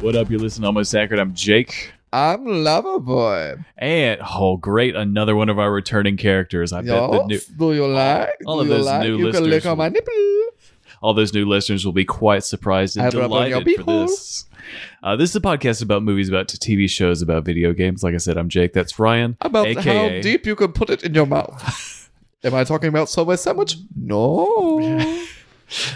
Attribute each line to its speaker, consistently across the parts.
Speaker 1: What up? You're listening to Almost Accurate. I'm Jake.
Speaker 2: I'm Lover Boy.
Speaker 1: And, oh, great. Another one of our returning characters. I bet the
Speaker 2: Yo,
Speaker 1: new,
Speaker 2: do you like?
Speaker 1: all
Speaker 2: do
Speaker 1: of
Speaker 2: you
Speaker 1: those
Speaker 2: like?
Speaker 1: new
Speaker 2: You can lick
Speaker 1: listeners
Speaker 2: on my
Speaker 1: will-
Speaker 2: nipple.
Speaker 1: all those new listeners will be quite surprised and
Speaker 2: I rub on your
Speaker 1: delighted for
Speaker 2: beehole.
Speaker 1: this. Uh, this is a podcast about movies, about TV shows, about video games. Like I said, I'm Jake. That's Ryan.
Speaker 2: About
Speaker 1: AKA
Speaker 2: how deep you can put it in your mouth. Am I talking about Subway sandwich? No.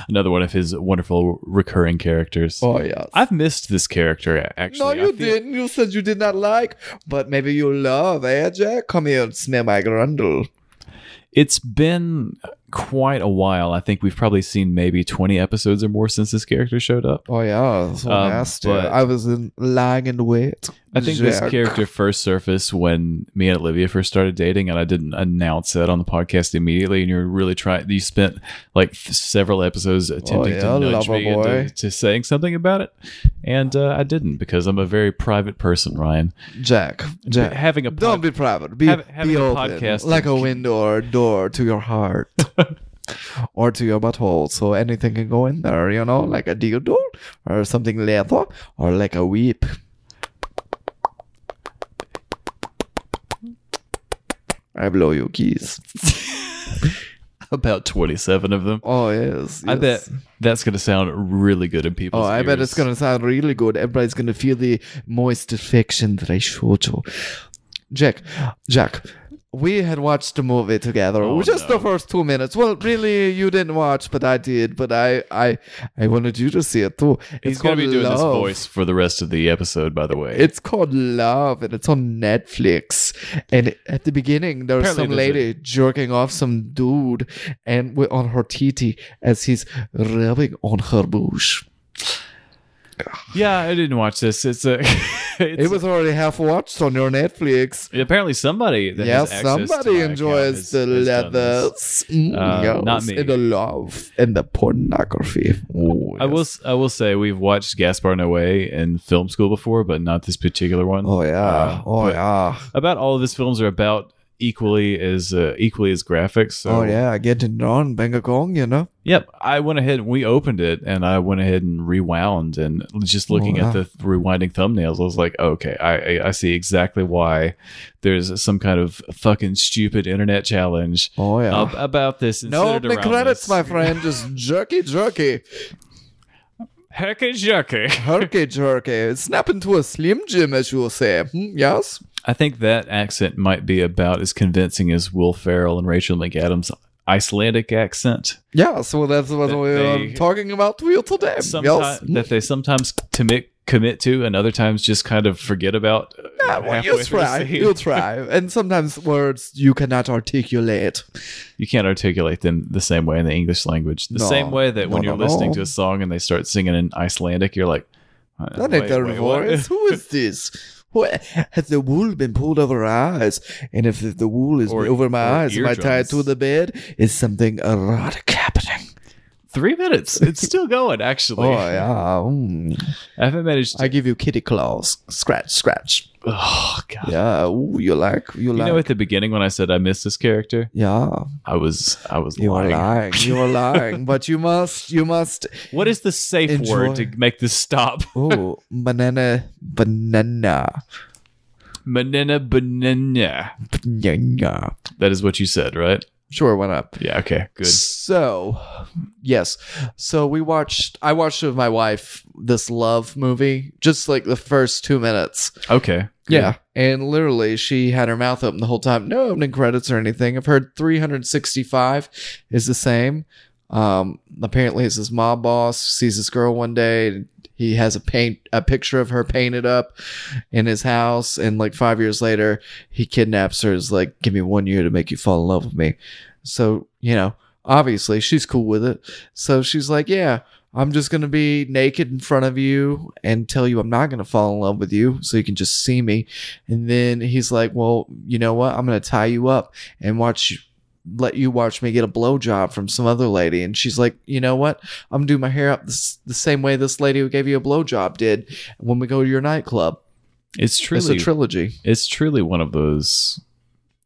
Speaker 1: Another one of his wonderful recurring characters.
Speaker 2: oh yes.
Speaker 1: I've missed this character, actually.
Speaker 2: no,
Speaker 1: I
Speaker 2: you
Speaker 1: feel-
Speaker 2: didn't. You said you did not like, but maybe you love, eh, Jack? Come here and smell my grundle.
Speaker 1: It's been quite a while. I think we've probably seen maybe 20 episodes or more since this character showed up.
Speaker 2: Oh yeah, so
Speaker 1: Um,
Speaker 2: nasty.
Speaker 1: but-
Speaker 2: I was in lying in wait.
Speaker 1: I think this character first surfaced when me and Olivia first started dating, and I didn't announce that on the podcast immediately. And you're really trying. You spent like f- several episodes attempting
Speaker 2: Oh, yeah,
Speaker 1: to nudge
Speaker 2: lover
Speaker 1: me
Speaker 2: boy.
Speaker 1: into to saying something about it, and uh, I didn't because I'm a very private person, Ryan.
Speaker 2: Jack. Jack.
Speaker 1: having a pod-
Speaker 2: don't be private. Be,
Speaker 1: Hav- having
Speaker 2: be
Speaker 1: a
Speaker 2: open,
Speaker 1: podcast
Speaker 2: like
Speaker 1: and-
Speaker 2: a window or a door to your heart, or to your butthole. So anything can go in there. You know, like a dildo or something leather, or like a whip. I blow your keys.
Speaker 1: about 27 of them.
Speaker 2: Oh yes,
Speaker 1: I bet
Speaker 2: yes.
Speaker 1: that's going to sound really good in people's.
Speaker 2: Oh, I bet it's
Speaker 1: ears.
Speaker 2: gonna sound really good. Everybody's gonna feel the moist affection that I showed you. Jack, Jack, we had watched the movie together.
Speaker 1: Oh,
Speaker 2: just the first two minutes. Well, really, you didn't watch, but I did. But I, I, I wanted you to see it too.
Speaker 1: He's going to be
Speaker 2: called
Speaker 1: doing this
Speaker 2: Love.
Speaker 1: voice for the rest of the episode. By the way,
Speaker 2: It's called Love, and it's on Netflix. And at the beginning, there's
Speaker 1: Apparently
Speaker 2: some
Speaker 1: there's a-
Speaker 2: lady jerking off some dude, and wi- on her titi as he's rubbing on her bush.
Speaker 1: yeah, I didn't watch this. It's a. it's
Speaker 2: It was already half watched on your Netflix.
Speaker 1: Apparently, somebody that
Speaker 2: Yeah,
Speaker 1: has access to
Speaker 2: somebody
Speaker 1: my account
Speaker 2: enjoys
Speaker 1: has-
Speaker 2: the
Speaker 1: has done this.
Speaker 2: leathers. Mm,
Speaker 1: Uh,
Speaker 2: yes,
Speaker 1: not me.
Speaker 2: And the love and the pornography. Ooh,
Speaker 1: I
Speaker 2: yes.
Speaker 1: will. s- I will say we've watched Gaspar Noé in film school before, but not this particular one.
Speaker 2: Oh yeah.
Speaker 1: Uh,
Speaker 2: oh
Speaker 1: but
Speaker 2: yeah.
Speaker 1: About all of his films are about equally as uh, equally as graphics. So
Speaker 2: oh yeah. Getting on Bangakong, you know.
Speaker 1: Yep. I went ahead and we opened it, and I went ahead and rewound, and just looking at
Speaker 2: wow.
Speaker 1: the rewinding thumbnails, I was like, okay, I I- I see exactly why there's some kind of fucking stupid internet challenge.
Speaker 2: Oh yeah.
Speaker 1: ab- about this. and
Speaker 2: no
Speaker 1: centered
Speaker 2: opening
Speaker 1: around
Speaker 2: credits,
Speaker 1: this.
Speaker 2: my friend. Just jerky, jerky,
Speaker 1: Herky jerky.
Speaker 2: herky, jerky. Snap into a slim jim, as you will say. Hmm, yes.
Speaker 1: I think that accent might be about as convincing as Will Ferrell and Rachel McAdams' Icelandic accent.
Speaker 2: Yeah. So that's what
Speaker 1: That
Speaker 2: we
Speaker 1: they-
Speaker 2: are talking about to you today.
Speaker 1: Someti-
Speaker 2: yes.
Speaker 1: That they sometimes commit commit to, and other times just kind of forget about. uh,
Speaker 2: Yeah, well,
Speaker 1: halfway
Speaker 2: you
Speaker 1: through the
Speaker 2: try.
Speaker 1: scene.
Speaker 2: You try. And sometimes words you cannot articulate.
Speaker 1: You can't articulate them the same way in the English language. The
Speaker 2: No.
Speaker 1: same way that when
Speaker 2: No,
Speaker 1: you're
Speaker 2: no,
Speaker 1: listening
Speaker 2: no.
Speaker 1: to a song and they start singing in Icelandic, you're like, uh,
Speaker 2: That ain't
Speaker 1: wait,
Speaker 2: their
Speaker 1: wait, what?
Speaker 2: voice. Who is this? Who, has the wool been pulled over her eyes? And if the wool is
Speaker 1: Or-
Speaker 2: over my
Speaker 1: or
Speaker 2: eyes, am I tied
Speaker 1: eardrums.
Speaker 2: to the bed? Is something erotic happening?
Speaker 1: Three minutes. It's still going, actually.
Speaker 2: Oh, yeah. Mm.
Speaker 1: I haven't managed to.
Speaker 2: I give you kitty claws. Scratch, scratch.
Speaker 1: oh, God.
Speaker 2: Yeah. Ooh, you like, you
Speaker 1: You
Speaker 2: like.
Speaker 1: know, at the beginning when I said I miss this character,
Speaker 2: yeah,
Speaker 1: I was I was
Speaker 2: you are
Speaker 1: lying.
Speaker 2: lying. You are lying, but you must, you must.
Speaker 1: What is the safe
Speaker 2: Enjoy.
Speaker 1: word to make this stop?
Speaker 2: Oh, banana, banana,
Speaker 1: Manana banana.
Speaker 2: banana.
Speaker 1: That is what you said, right?
Speaker 2: Sure, why not?
Speaker 1: Yeah. Okay. Good.
Speaker 2: So, yes. So we watched. I watched with my wife this love movie, just like the first two minutes.
Speaker 1: Okay. good.
Speaker 2: and literally, she had her mouth open the whole time. No opening credits or anything. I've heard 365 is the same. Um, apparently, it's his mob boss sees this girl one day. And he has a paint a picture of her painted up in his house, and like five years later, he kidnaps her. Is like, give me one year to make you fall in love with me. So, you know, obviously she's cool with it. So she's like, yeah, I'm just going to be naked in front of you and tell you I'm not going to fall in love with you so you can just see me. And then he's like, well, you know what? I'm going to tie you up and watch you. Let you watch me get a blowjob from some other lady, and she's like, "You know what? I'm gonna do my hair up this, the same way this lady who gave you a blowjob did when we go to your nightclub."
Speaker 1: It's
Speaker 2: It's a
Speaker 1: truly. It's,
Speaker 2: trilogy.
Speaker 1: truly one of those.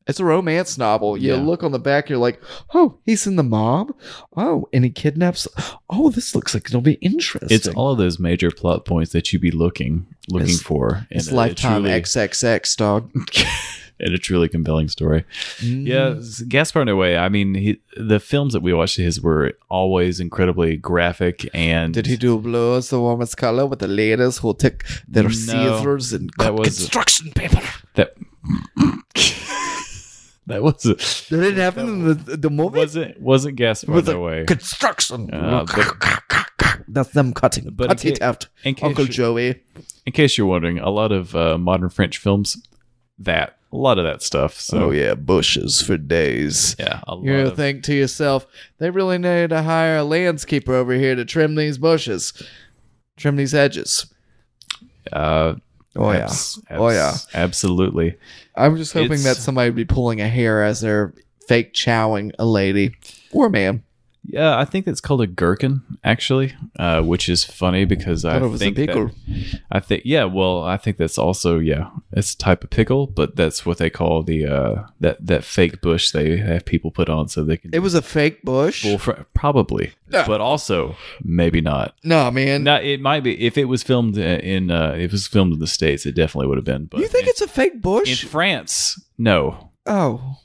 Speaker 2: It's a romance novel. You
Speaker 1: Yeah.
Speaker 2: look on the back, you're like, oh, he's in the mob. Oh, and he kidnaps. Oh, this looks like it'll be interesting.
Speaker 1: It's all of those major plot points that you'd be looking looking
Speaker 2: It's-
Speaker 1: for. in
Speaker 2: It's
Speaker 1: a- a
Speaker 2: lifetime
Speaker 1: truly-
Speaker 2: XXX dog.
Speaker 1: in a truly compelling story. Yeah,
Speaker 2: Mm.
Speaker 1: Gaspar Noé. I mean, he, the films that we watched of his were always incredibly graphic and
Speaker 2: Did he do blue as the warmest color with the ladies who take their
Speaker 1: No,
Speaker 2: scissors and
Speaker 1: that
Speaker 2: cut
Speaker 1: was-
Speaker 2: construction paper?
Speaker 1: that? that was a,
Speaker 2: Did it happen in the, the movie?
Speaker 1: wasn't wasn't Gaspar
Speaker 2: With the
Speaker 1: Noé.
Speaker 2: construction.
Speaker 1: Uh,
Speaker 2: That's them cutting.
Speaker 1: But
Speaker 2: Cut
Speaker 1: in
Speaker 2: it
Speaker 1: ca-
Speaker 2: out,
Speaker 1: in case
Speaker 2: Uncle
Speaker 1: you-
Speaker 2: Joey.
Speaker 1: in case you're wondering, a lot of uh, modern French films, that a lot of that stuff. So
Speaker 2: oh, yeah, bushes for days.
Speaker 1: yeah, a lot
Speaker 2: You know,
Speaker 1: of
Speaker 2: think to yourself, they really need to hire a landscaper over here to trim these bushes, trim these hedges.
Speaker 1: uh,
Speaker 2: Oh
Speaker 1: abs-
Speaker 2: Oh, yeah.
Speaker 1: abs- absolutely.
Speaker 2: yeah, I'm just hoping that
Speaker 1: It's-
Speaker 2: somebody would be pulling a hair as they're fake chowing a lady or a man.
Speaker 1: Yeah, I think it's called a gherkin actually, uh, which is funny because I
Speaker 2: Thought it was a
Speaker 1: think that-
Speaker 2: pickle.
Speaker 1: I think yeah, well, I think that's also yeah, it's a type of pickle, but that's what they call the uh, that that fake bush they have people put on so they can.
Speaker 2: It was a fake bush.
Speaker 1: Well, fr- probably,
Speaker 2: No.
Speaker 1: but also maybe not.
Speaker 2: No, man.
Speaker 1: No, it might be if it was filmed in uh, if it was filmed in the states, it definitely would have been. But
Speaker 2: you think
Speaker 1: in,
Speaker 2: it's a fake
Speaker 1: in
Speaker 2: bush?
Speaker 1: France? No,
Speaker 2: oh,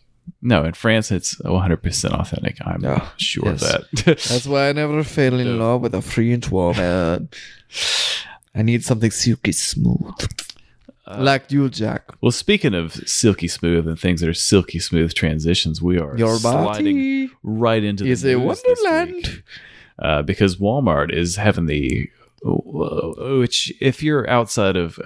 Speaker 1: no, in France it's 100 percent authentic. I'm
Speaker 2: Oh,
Speaker 1: sure
Speaker 2: yes.
Speaker 1: of that.
Speaker 2: that's why I never fell in love with a French woman. I need something silky smooth,
Speaker 1: Uh,
Speaker 2: like you, Jack.
Speaker 1: well, speaking of silky smooth and things that are silky smooth transitions, we are
Speaker 2: Your
Speaker 1: sliding
Speaker 2: body
Speaker 1: right into the
Speaker 2: is a
Speaker 1: news this
Speaker 2: wonderland.
Speaker 1: week. uh, because Walmart is having the uh, which if you're outside of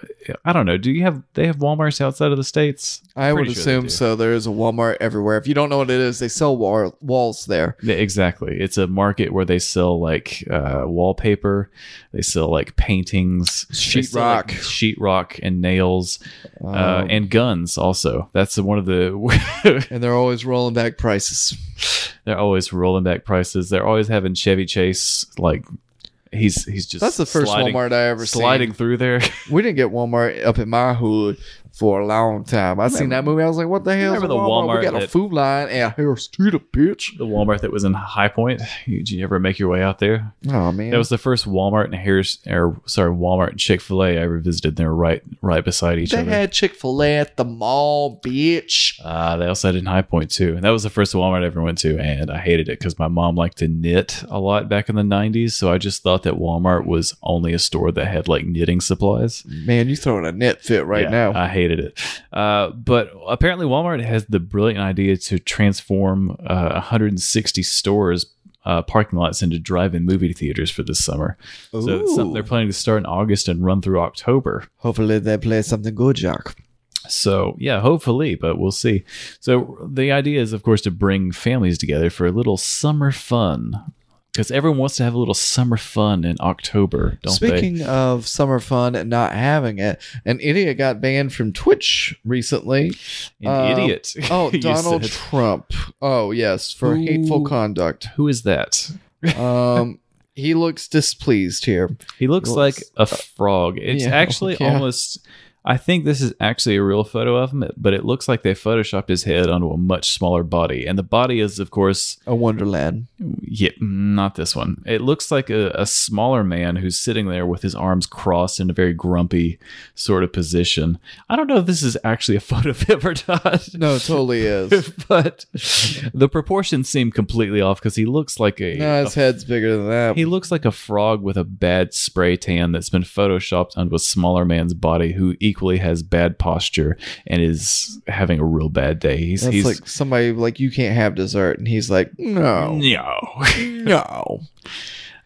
Speaker 1: I don't know, do you have they have Walmarts outside of the states?
Speaker 2: I would
Speaker 1: Pretty sure they
Speaker 2: assume
Speaker 1: do.
Speaker 2: so. There is a Walmart everywhere. If you don't know what it is, they sell wall- walls there.
Speaker 1: Yeah, Exactly. It's a market where they sell like uh, wallpaper, they sell like paintings, they sell, like,
Speaker 2: Sheetrock.
Speaker 1: sheetrock and nails, uh,
Speaker 2: Um,
Speaker 1: and guns also. That's one of the
Speaker 2: and they're always rolling back prices.
Speaker 1: they're always rolling back prices. They're always having Chevy Chase like he's he's just
Speaker 2: That's the first
Speaker 1: sliding-
Speaker 2: Walmart I ever
Speaker 1: sliding through there.
Speaker 2: seen. We didn't get Walmart up in my hood for a long time. I seen that movie. I was like, "What the hell?"
Speaker 1: remember the
Speaker 2: Walmart?
Speaker 1: Walmart
Speaker 2: We got a
Speaker 1: that-
Speaker 2: food line and here's to the bitch.
Speaker 1: the Walmart that was in High Point. You- Did you ever make your way out there?
Speaker 2: Oh man,
Speaker 1: That was the first Walmart and Harris, or sorry, Walmart and Chick Fil A I ever visited. They're right, right beside each
Speaker 2: they
Speaker 1: other.
Speaker 2: had Chick Fil A at the mall, bitch.
Speaker 1: uh, they also had it in High Point too, and that was the first Walmart I ever went to, and I hated it because my mom liked to knit a lot back in the '90s. So I just thought that Walmart was only a store that had like knitting supplies.
Speaker 2: Man, you throwing a net fit right
Speaker 1: Yeah,
Speaker 2: now.
Speaker 1: I hated it. Uh, but apparently, Walmart has the brilliant idea to transform uh, 160 stores. Uh, parking lots into drive-in movie theaters for this summer. So it's something
Speaker 2: Ooh.
Speaker 1: they're planning to start in August and run through October.
Speaker 2: Hopefully, they play something good, Jack.
Speaker 1: So yeah, hopefully, but we'll see. So the idea is, of course, to bring families together for a little summer fun because everyone wants to have a little summer fun in October, don't
Speaker 2: Speaking
Speaker 1: they?
Speaker 2: of summer fun and not having it, an idiot got banned from Twitch recently.
Speaker 1: An
Speaker 2: um,
Speaker 1: idiot.
Speaker 2: Oh,
Speaker 1: you
Speaker 2: Donald
Speaker 1: said.
Speaker 2: Trump. Oh, yes, for hateful
Speaker 1: Ooh.
Speaker 2: conduct.
Speaker 1: Who is that?
Speaker 2: Um, he looks displeased here.
Speaker 1: He looks
Speaker 2: Well, uh,
Speaker 1: like a frog. It's
Speaker 2: yeah,
Speaker 1: actually
Speaker 2: yeah.
Speaker 1: almost. I think this is actually a real photo of him, but it looks like they photoshopped his head onto a much smaller body, and the body is, of course,
Speaker 2: A wonderland.
Speaker 1: Yeah, not this one. It looks like a, a smaller man who's sitting there with his arms crossed in a very grumpy sort of position. I don't know if this is actually a photo of him or not.
Speaker 2: No, it totally is.
Speaker 1: but the proportions seem completely off because he looks like a,
Speaker 2: No,
Speaker 1: a
Speaker 2: his head's bigger than that.
Speaker 1: he looks like a frog with a bad spray tan that's been photoshopped onto a smaller man's body who equally has bad posture and is having a real bad day. He's,
Speaker 2: That's
Speaker 1: he's
Speaker 2: like somebody like you can't have dessert, and he's like, no,
Speaker 1: no.
Speaker 2: no.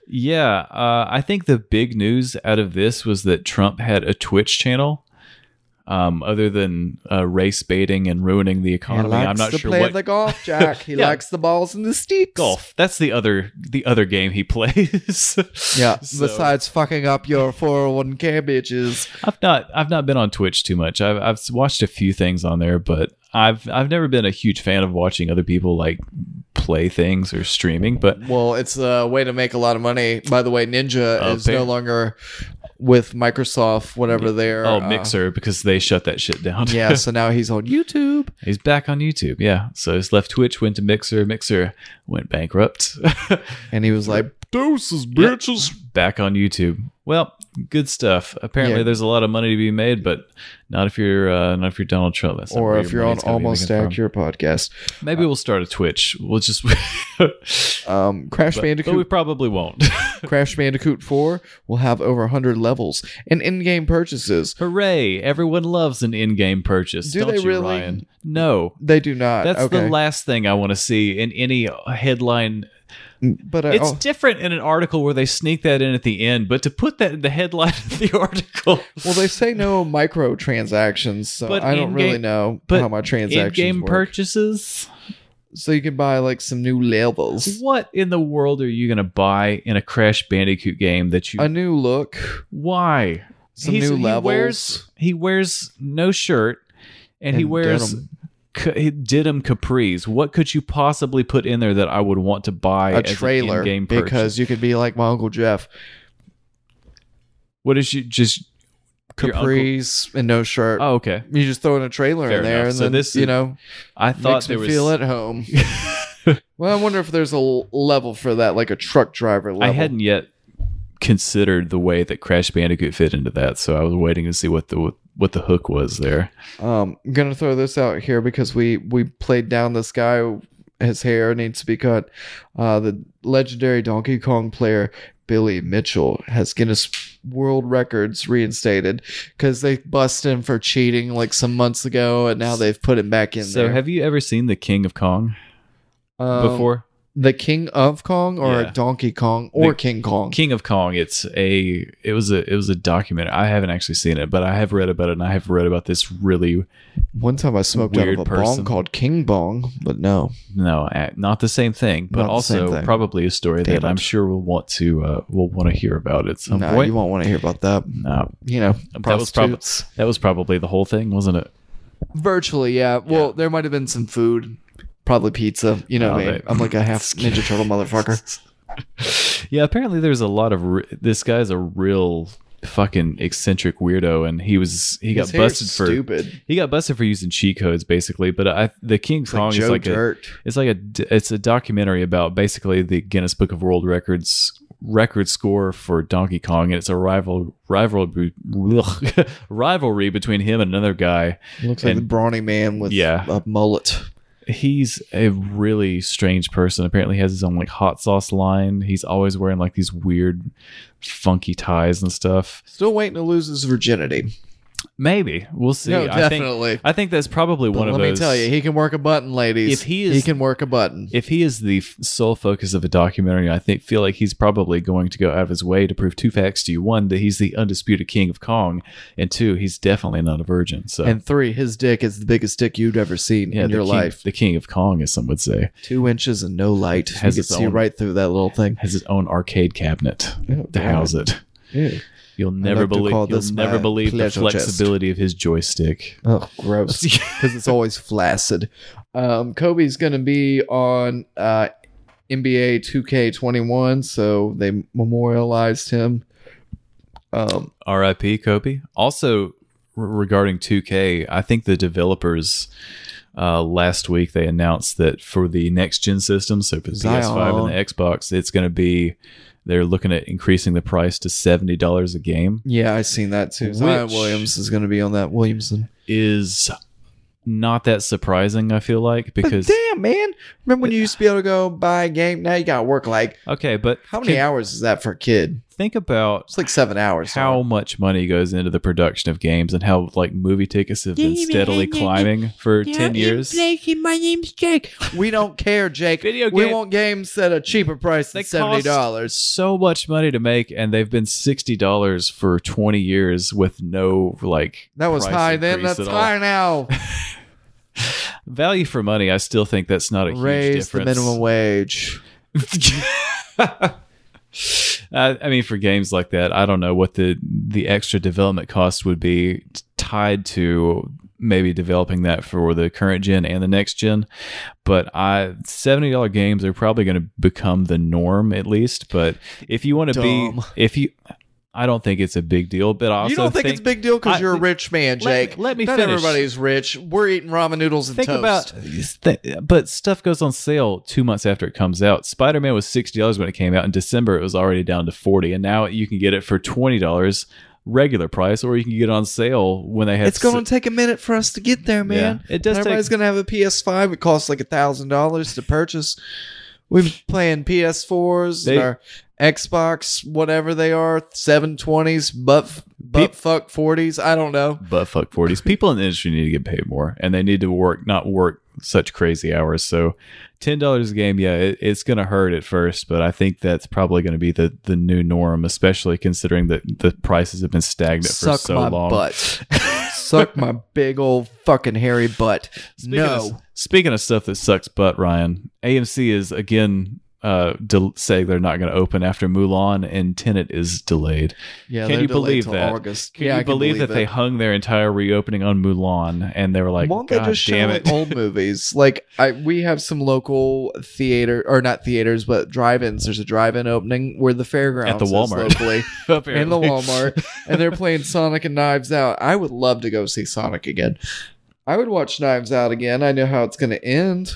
Speaker 1: yeah, uh, I think the big news out of this was that Trump had a Twitch channel. Um, other than uh, race baiting and ruining the
Speaker 2: He
Speaker 1: economy,
Speaker 2: likes
Speaker 1: I'm not
Speaker 2: to
Speaker 1: sure
Speaker 2: play
Speaker 1: what
Speaker 2: the golf, Jack. He
Speaker 1: Yeah.
Speaker 2: likes the balls and the steeps.
Speaker 1: golf. That's the other the other game he plays.
Speaker 2: Yeah.
Speaker 1: So-
Speaker 2: Besides fucking up your 401k bitches.
Speaker 1: I've not I've not been on Twitch too much. I've I've watched a few things on there, but I've I've never been a huge fan of watching other people like play things or streaming. But
Speaker 2: Well, it's a way to make a lot of money. By the way, Ninja
Speaker 1: Uh,
Speaker 2: is
Speaker 1: pay-
Speaker 2: no longer with Microsoft, whatever they're.
Speaker 1: oh,
Speaker 2: uh,
Speaker 1: Mixer because they shut that shit down.
Speaker 2: yeah, so now he's on YouTube.
Speaker 1: he's back on YouTube. Yeah, so he's left Twitch, went to Mixer. Mixer went bankrupt.
Speaker 2: And he was like, doses, bitches.
Speaker 1: back on YouTube. Well, good stuff. Apparently,
Speaker 2: Yeah.
Speaker 1: there's a lot of money to be made, but not if you're uh, not if you're Donald Trump. That's not
Speaker 2: Or
Speaker 1: where
Speaker 2: if
Speaker 1: your
Speaker 2: you're on
Speaker 1: money's gonna be
Speaker 2: Almost
Speaker 1: making from.
Speaker 2: Accurate podcast,
Speaker 1: maybe we'll start a Twitch. We'll just
Speaker 2: um, Crash
Speaker 1: but we
Speaker 2: Bandicoot,
Speaker 1: probably won't.
Speaker 2: Crash Bandicoot Four will have over 100 levels and in-game purchases.
Speaker 1: Hooray! Everyone loves an in-game purchase,
Speaker 2: Do
Speaker 1: not
Speaker 2: they
Speaker 1: you,
Speaker 2: really?
Speaker 1: Ryan? No,
Speaker 2: They do not.
Speaker 1: that's
Speaker 2: okay.
Speaker 1: the last thing I want to see in any headline.
Speaker 2: But I,
Speaker 1: It's
Speaker 2: oh,
Speaker 1: different in an article where they sneak that in at the end, but to put that in the headline of the article,
Speaker 2: well, they say no microtransactions, so
Speaker 1: But
Speaker 2: I don't
Speaker 1: in-game-
Speaker 2: really know
Speaker 1: but
Speaker 2: how my transactions
Speaker 1: in-game
Speaker 2: work.
Speaker 1: purchases.
Speaker 2: so you can buy like some new levels,
Speaker 1: What in the world are you going to buy in a Crash Bandicoot game that you?
Speaker 2: a new look.
Speaker 1: why?
Speaker 2: some
Speaker 1: He's-
Speaker 2: new
Speaker 1: he
Speaker 2: levels.
Speaker 1: Wears, he wears no shirt, and, he
Speaker 2: And
Speaker 1: wears
Speaker 2: denim.
Speaker 1: c- denim capris. What could you possibly put in there that I would want to buy
Speaker 2: a
Speaker 1: as an
Speaker 2: trailer
Speaker 1: in-game purchase?
Speaker 2: because you could be like my uncle Jeff,
Speaker 1: what is you just your uncle-
Speaker 2: capris and no shirt.
Speaker 1: Oh, okay.
Speaker 2: You just throw in a trailer
Speaker 1: Fair
Speaker 2: in there,
Speaker 1: enough.
Speaker 2: and
Speaker 1: So
Speaker 2: then
Speaker 1: this
Speaker 2: you
Speaker 1: is-
Speaker 2: know
Speaker 1: I thought
Speaker 2: makes
Speaker 1: there
Speaker 2: me
Speaker 1: was.
Speaker 2: feel at home. well, I wonder if there's a l- level for that, like a truck driver level.
Speaker 1: I hadn't yet considered the way that Crash Bandicoot fit into that, so I was waiting to see what the what the hook was there.
Speaker 2: Um, I'm gonna throw this out here because we we played down this guy. His hair needs to be cut. Uh, the legendary Donkey Kong player Billy Mitchell has Guinness World Records reinstated because they bust him for cheating like some months ago, and now they've put him back in
Speaker 1: So,
Speaker 2: there.
Speaker 1: have you ever seen the King of Kong
Speaker 2: Um,
Speaker 1: before?
Speaker 2: the King of Kong or
Speaker 1: Yeah.
Speaker 2: Donkey Kong or
Speaker 1: The-
Speaker 2: King Kong?
Speaker 1: King of Kong. It's a it was a it was a documentary. I haven't actually seen it, but I have read about it, and I have read about this really
Speaker 2: One time I smoked out
Speaker 1: Weird
Speaker 2: of a
Speaker 1: person.
Speaker 2: bong called King Bong, but no.
Speaker 1: no, a- not the same thing, but
Speaker 2: Not the same
Speaker 1: also
Speaker 2: thing.
Speaker 1: probably a story
Speaker 2: Damn
Speaker 1: that I'm
Speaker 2: it.
Speaker 1: sure we'll want to uh, we'll want to hear about at some
Speaker 2: no,
Speaker 1: point.
Speaker 2: you won't want to hear about that.
Speaker 1: No,
Speaker 2: You know,
Speaker 1: Oh, That was prob-
Speaker 2: prostitutes.
Speaker 1: that was probably the whole thing, wasn't it?
Speaker 2: Virtually, yeah. Well, there might have been some food, probably pizza. You know
Speaker 1: Oh,
Speaker 2: me.
Speaker 1: they-
Speaker 2: I'm like a half Ninja Turtle motherfucker.
Speaker 1: Yeah, apparently there's a lot of re- this guy's a real fucking eccentric weirdo, and he was he got
Speaker 2: His hair's
Speaker 1: busted for
Speaker 2: stupid.
Speaker 1: he got busted for using cheat codes basically. But I the King
Speaker 2: Like
Speaker 1: Kong
Speaker 2: Joe
Speaker 1: is like a,
Speaker 2: Dirt.
Speaker 1: It's like a d- it's a documentary about basically the Guinness Book of World Records record score for Donkey Kong, and it's a rival rivalry rivalry between him and another guy.
Speaker 2: Looks like
Speaker 1: and-
Speaker 2: the brawny man with
Speaker 1: Yeah.
Speaker 2: a mullet.
Speaker 1: He's a really strange person. Apparently, he has his own like hot sauce line. He's always wearing like these weird, funky ties and stuff.
Speaker 2: Still waiting to lose his virginity.
Speaker 1: Maybe we'll see.
Speaker 2: no,
Speaker 1: I think
Speaker 2: definitely.
Speaker 1: I think that's probably
Speaker 2: But
Speaker 1: one
Speaker 2: let
Speaker 1: of those.
Speaker 2: me tell you, he can work a button, ladies.
Speaker 1: If he is-
Speaker 2: he can work a button.
Speaker 1: if he is the f- sole focus of a documentary, I think feel like he's probably going to go out of his way to prove two facts to you: one, that he's the undisputed king of Kong, and two, he's definitely not a virgin. So,
Speaker 2: and three, his dick is the biggest dick you've ever seen in
Speaker 1: the
Speaker 2: your
Speaker 1: king,
Speaker 2: life.
Speaker 1: the king of Kong, as some would say,
Speaker 2: Two inches and no light. You can
Speaker 1: Has its
Speaker 2: see
Speaker 1: own-
Speaker 2: right through that little thing.
Speaker 1: has his own arcade cabinet to
Speaker 2: damn
Speaker 1: house it.
Speaker 2: Ew.
Speaker 1: You'll never
Speaker 2: like to
Speaker 1: believe.
Speaker 2: call
Speaker 1: You'll
Speaker 2: this my
Speaker 1: never believe the
Speaker 2: pleasure chest.
Speaker 1: flexibility of his joystick.
Speaker 2: Oh, gross. Because it's always flaccid. Um, Kobe's going to be on uh, NBA 2K21, so they memorialized him. Um,
Speaker 1: R.I.P. Kobe. Also, re- regarding 2K, I think the developers Uh, last week they announced that for the next gen system, so for the PS5 and the Xbox, it's going to be they're looking at increasing the price to seventy dollars a game.
Speaker 2: Yeah, I seen that too. Zion
Speaker 1: Which-
Speaker 2: Williams is going to be on that Williamson.
Speaker 1: Is not that surprising. I feel like because
Speaker 2: But damn, man, remember when you used to be able to go buy a game? Now you got to work like
Speaker 1: okay, but
Speaker 2: how many
Speaker 1: can-
Speaker 2: hours is that for a kid?
Speaker 1: Think about
Speaker 2: It's like seven hours.
Speaker 1: how much money goes into the production of games and how like movie tickets have been steadily climbing for 10 years
Speaker 3: My name's Jake.
Speaker 2: we don't care, Jake.
Speaker 1: Video
Speaker 2: we
Speaker 1: game-
Speaker 2: want games at a cheaper price than
Speaker 1: They cost-
Speaker 2: seventy
Speaker 1: There's
Speaker 2: dollars.
Speaker 1: so much money to make and they've been $60 for 20 years with no like
Speaker 2: That was
Speaker 1: price
Speaker 2: high then.
Speaker 1: increase
Speaker 2: That's
Speaker 1: at all.
Speaker 2: high now.
Speaker 1: value for money i still think that's not a huge
Speaker 2: Raise the
Speaker 1: difference
Speaker 2: minimum wage.
Speaker 1: I, I mean, for games like that, I don't know what the the extra development cost would be t- tied to maybe developing that for the current gen and the next gen. But I seventy dollar games are probably going to become the norm at least. But if you want to be,
Speaker 2: Dumb.
Speaker 1: if you, I don't think it's a big deal. But I also
Speaker 2: You don't think, it's a big deal
Speaker 1: I-
Speaker 2: because you're a rich man,
Speaker 1: let me-
Speaker 2: Jake.
Speaker 1: let me
Speaker 2: Not
Speaker 1: finish.
Speaker 2: everybody's rich. We're eating ramen noodles and
Speaker 1: think
Speaker 2: toast.
Speaker 1: about th- but stuff goes on sale two months after it comes out spider-man was $60 when it came out in december it was already down to 40 and now you can get it for $20 regular price or you can get it on sale when they have
Speaker 2: it's going to take a minute for us to get there, man.
Speaker 1: Yeah, it does take-
Speaker 2: Everybody's going to have a PS5. It costs like a thousand dollars to purchase. We've been playing PS4s,
Speaker 1: They-
Speaker 2: and our Xbox, whatever they are, seven twenties, butt butt
Speaker 1: Peop-
Speaker 2: fuck forties. I don't know.
Speaker 1: but fuck 40s people in the industry need to get paid more and they need to work not work such crazy hours so $10 a game yeah it, it's going to hurt at first but i think that's probably going to be the, the new norm especially considering that the prices have been stagnant for
Speaker 2: Suck
Speaker 1: so
Speaker 2: my
Speaker 1: long
Speaker 2: butt. Suck my big old fucking hairy butt. no.
Speaker 1: Of, speaking of stuff that sucks butt, Ryan, AMC is again uh, del- saying they're not going to open after Mulan, and Tenet is delayed.
Speaker 2: yeah,
Speaker 1: can
Speaker 2: they're
Speaker 1: you
Speaker 2: delayed
Speaker 1: believe
Speaker 2: till
Speaker 1: that?
Speaker 2: August.
Speaker 1: Can
Speaker 2: Yeah,
Speaker 1: you
Speaker 2: I
Speaker 1: believe, that
Speaker 2: it.
Speaker 1: they hung their entire reopening on Mulan, and they were like,
Speaker 2: won't
Speaker 1: God
Speaker 2: they just show
Speaker 1: damn
Speaker 2: like,
Speaker 1: it,
Speaker 2: old movies like i we have some local theater or not theaters but drive-ins there's a drive-in opening where the fairgrounds
Speaker 1: At the
Speaker 2: is
Speaker 1: Walmart.
Speaker 2: locally
Speaker 1: Apparently.
Speaker 2: in the walmart and they're playing sonic and knives out i would love to go see sonic again i would watch knives out again i know how it's going to end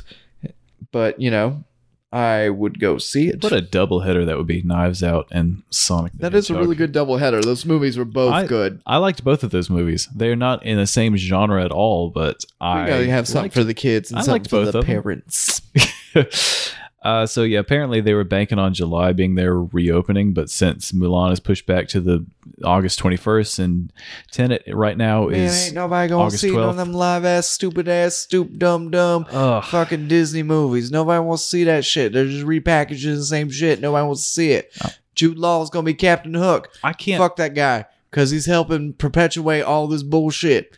Speaker 2: but you know i would go see it
Speaker 1: What a doubleheader that would be! Knives Out and Sonic. the
Speaker 2: that is a
Speaker 1: Hedgehog.
Speaker 2: really good doubleheader those movies were both
Speaker 1: I-
Speaker 2: good
Speaker 1: I liked both of those movies. They are not in the same genre at all, but
Speaker 2: you
Speaker 1: I
Speaker 2: know, you have something
Speaker 1: liked
Speaker 2: for the kids and
Speaker 1: I
Speaker 2: something
Speaker 1: liked
Speaker 2: for
Speaker 1: both
Speaker 2: the
Speaker 1: of them.
Speaker 2: parents.
Speaker 1: uh, so yeah, apparently they were banking on July being their reopening, but since Mulan is pushed back to the August twenty first, and Tenet right now
Speaker 2: Man,
Speaker 1: is
Speaker 2: ain't nobody gonna
Speaker 1: August
Speaker 2: see none
Speaker 1: 12th.
Speaker 2: of them live ass, stupid ass, stoop dumb dumb
Speaker 1: Ugh.
Speaker 2: fucking Disney movies. Nobody wants to see that shit. They're just repackaging the same shit. Nobody wants to see
Speaker 1: Oh.
Speaker 2: it. Jude Law's gonna be Captain Hook.
Speaker 1: I can't
Speaker 2: Fuck that guy. Cause he's helping perpetuate all this bullshit.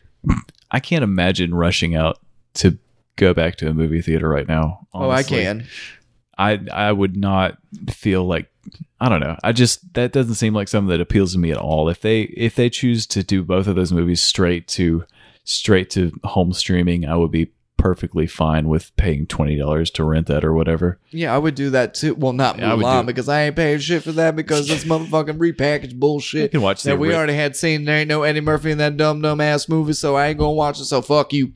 Speaker 1: I can't imagine rushing out to go back to a movie theater right now.
Speaker 2: Oh, I
Speaker 1: honestly.
Speaker 2: can.
Speaker 1: I I would not feel like I don't know. I just that doesn't seem like something that appeals to me at all. If they if they choose to do both of those movies straight to straight to home streaming, I would be perfectly fine with paying twenty dollars to rent that or whatever.
Speaker 2: Yeah, I would do that too. Well, not
Speaker 1: Yeah, I would
Speaker 2: Mulan
Speaker 1: do-
Speaker 2: because I ain't paying shit for that because this motherfucking repackaged
Speaker 1: You
Speaker 2: bullshit
Speaker 1: can watch the
Speaker 2: that we
Speaker 1: ori-
Speaker 2: already had seen. There ain't no Eddie Murphy in that dumb dumb ass movie, so I ain't gonna watch it. So fuck you.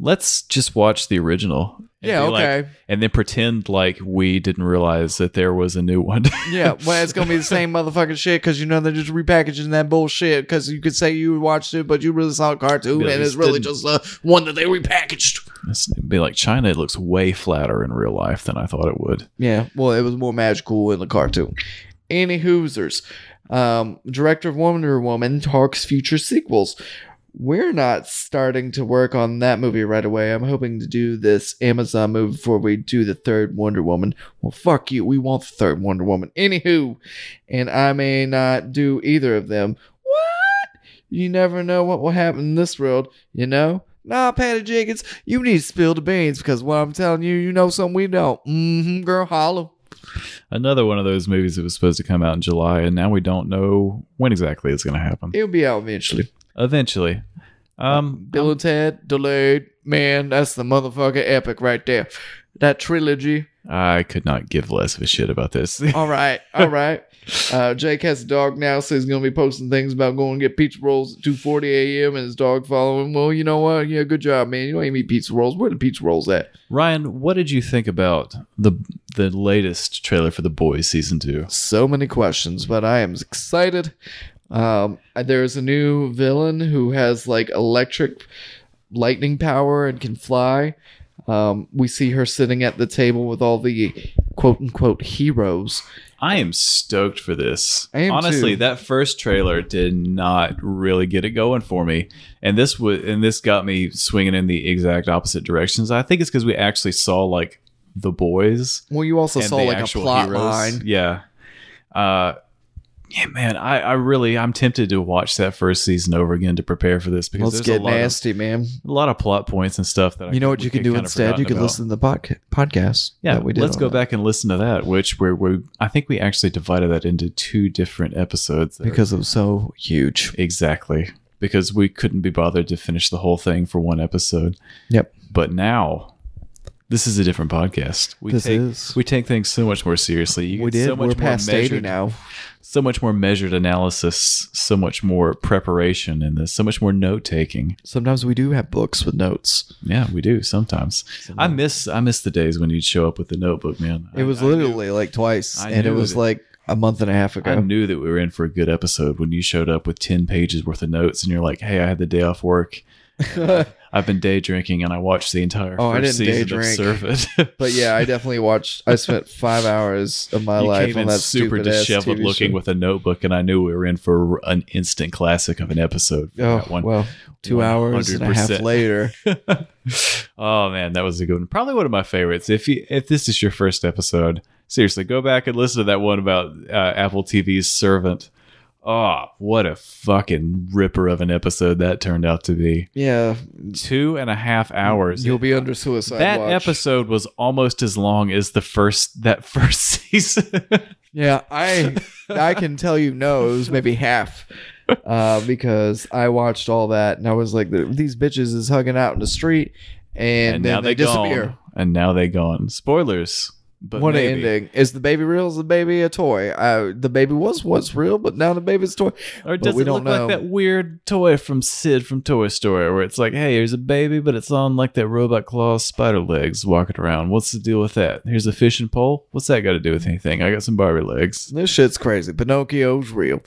Speaker 1: Let's just watch the original. and
Speaker 2: Yeah,
Speaker 1: be like-
Speaker 2: okay.
Speaker 1: and then pretend like we didn't realize that there was a new one.
Speaker 2: Yeah, well, it's gonna be the same motherfucking shit because you know they're just repackaging that bullshit. Because you could say you watched it, but you really saw a cartoon,
Speaker 1: Yeah,
Speaker 2: and
Speaker 1: it's
Speaker 2: it's really
Speaker 1: didn't-
Speaker 2: just uh, one that they repackaged.
Speaker 1: It'd be like China it looks way flatter in real life than I thought it would.
Speaker 2: Yeah, well, it was more magical in the cartoon. Any Hoosers, um, director of Wonder Woman talks future sequels. We're not starting to work on that movie right away. I'm hoping to do this Amazon movie before we do the third Wonder Woman. Well, fuck you. We want the third Wonder Woman. Anywho, and I may not do either of them. What? You never know what will happen in this world, you know? Nah, Patty Jenkins, you need to spill the beans because what I'm telling you, you know something we don't. Mm-hmm, girl, hollow.
Speaker 1: another one of those movies that was supposed to come out in July, and now we don't know when exactly it's going to happen.
Speaker 2: It'll be out eventually.
Speaker 1: Eventually, um,
Speaker 2: Bill and Ted, delayed. Man, that's the motherfucking epic right there. that trilogy.
Speaker 1: I could not give less of a shit about this.
Speaker 2: All right, all right. Uh, Jake has a dog now, so he's gonna be posting things about going to get pizza rolls at two forty a.m. and his dog following. Well, you know what? Yeah, good job, man. You don't even eat pizza rolls. Where the pizza rolls at?
Speaker 1: Ryan, what did you think about the the latest trailer for The Boys season two?
Speaker 2: So many questions, but I am excited. Um, there's a new villain who has like electric lightning power and can fly. Um, we see her sitting at the table with all the quote unquote heroes.
Speaker 1: I am stoked for this.
Speaker 2: I am
Speaker 1: Honestly,
Speaker 2: too.
Speaker 1: that first trailer did not really get it going for me, and this was and this got me swinging in the exact opposite directions. I think it's because we actually saw like the boys
Speaker 2: Well, you also
Speaker 1: and
Speaker 2: saw
Speaker 1: the
Speaker 2: like a
Speaker 1: actual
Speaker 2: plot
Speaker 1: heroes.
Speaker 2: line.
Speaker 1: Yeah, uh, yeah, man. I, I really I'm tempted to watch that first season over again to prepare for this because
Speaker 2: Let's
Speaker 1: there's
Speaker 2: get
Speaker 1: a lot of
Speaker 2: nasty, man.
Speaker 1: a lot of plot points and stuff that I
Speaker 2: You know what you
Speaker 1: we
Speaker 2: can do
Speaker 1: kinda
Speaker 2: instead? You
Speaker 1: forgotten
Speaker 2: could
Speaker 1: about.
Speaker 2: listen to the podca- podcast.
Speaker 1: Yeah,
Speaker 2: that we did
Speaker 1: let's
Speaker 2: on
Speaker 1: go
Speaker 2: that.
Speaker 1: back and listen to that. Which where we I think we actually divided that into two different episodes that are-
Speaker 2: because it was so huge.
Speaker 1: exactly because we couldn't be bothered to finish the whole thing for one episode.
Speaker 2: Yep.
Speaker 1: But now this is a different podcast. We
Speaker 2: This
Speaker 1: take
Speaker 2: is.
Speaker 1: we take things so much more seriously. You
Speaker 2: We
Speaker 1: get
Speaker 2: did.
Speaker 1: so much
Speaker 2: We're
Speaker 1: more
Speaker 2: past
Speaker 1: measured,
Speaker 2: eighty now.
Speaker 1: so much more measured analysis, so much more preparation in this, so much more note taking.
Speaker 2: Sometimes we do have books with notes.
Speaker 1: Yeah, we do sometimes. I miss I miss the days when you'd show up with the notebook, man.
Speaker 2: It
Speaker 1: I-
Speaker 2: was
Speaker 1: I knew-
Speaker 2: literally like twice,
Speaker 1: I
Speaker 2: and it
Speaker 1: knew
Speaker 2: was
Speaker 1: that-
Speaker 2: like a month and a half ago.
Speaker 1: I knew that we were in for a good episode when you showed up with 10 pages worth of notes and you're like, hey, I had the day off work. I've been day drinking and I watched the entire
Speaker 2: Oh, I
Speaker 1: first
Speaker 2: didn't day
Speaker 1: season of
Speaker 2: drink.
Speaker 1: Servant.
Speaker 2: But yeah, I definitely watched. I spent five hours of my
Speaker 1: you
Speaker 2: life
Speaker 1: came
Speaker 2: on
Speaker 1: in
Speaker 2: that
Speaker 1: super
Speaker 2: stupid ass
Speaker 1: disheveled
Speaker 2: TV
Speaker 1: looking
Speaker 2: show.
Speaker 1: with a notebook and I knew we were in for an instant classic of an episode. for
Speaker 2: Oh
Speaker 1: that one.
Speaker 2: well, two hours and a half
Speaker 1: 100%.
Speaker 2: later.
Speaker 1: oh man, that was a good one. Probably one of my favorites. If you if this is your first episode, seriously, go back and listen to that one about uh, Apple TV's Servant. Oh, what a fucking ripper of an episode that turned out to be.
Speaker 2: Yeah,
Speaker 1: Two and a half hours.
Speaker 2: you'll be under suicide.
Speaker 1: that
Speaker 2: watch.
Speaker 1: episode was almost as long as the first that first season.
Speaker 2: Yeah, I I can tell you no, it was maybe half. Uh, because I watched all that and I was like, these bitches is hugging out in the street and, then they, disappear.
Speaker 1: gone. And now they gone. Spoilers. But
Speaker 2: what
Speaker 1: maybe.
Speaker 2: an ending. Is the baby real? Is the baby a toy? Uh, the baby was once real, but now the baby's a toy.
Speaker 1: Or
Speaker 2: But
Speaker 1: does
Speaker 2: we
Speaker 1: it look
Speaker 2: don't know.
Speaker 1: like that weird toy from Sid from Toy Story where it's like, hey, here's a baby, but it's on like that robot claw spider legs walking around. What's the deal with that? Here's a fishing pole. What's that got to do with anything? I got some Barbie legs.
Speaker 2: This shit's crazy. Pinocchio's real.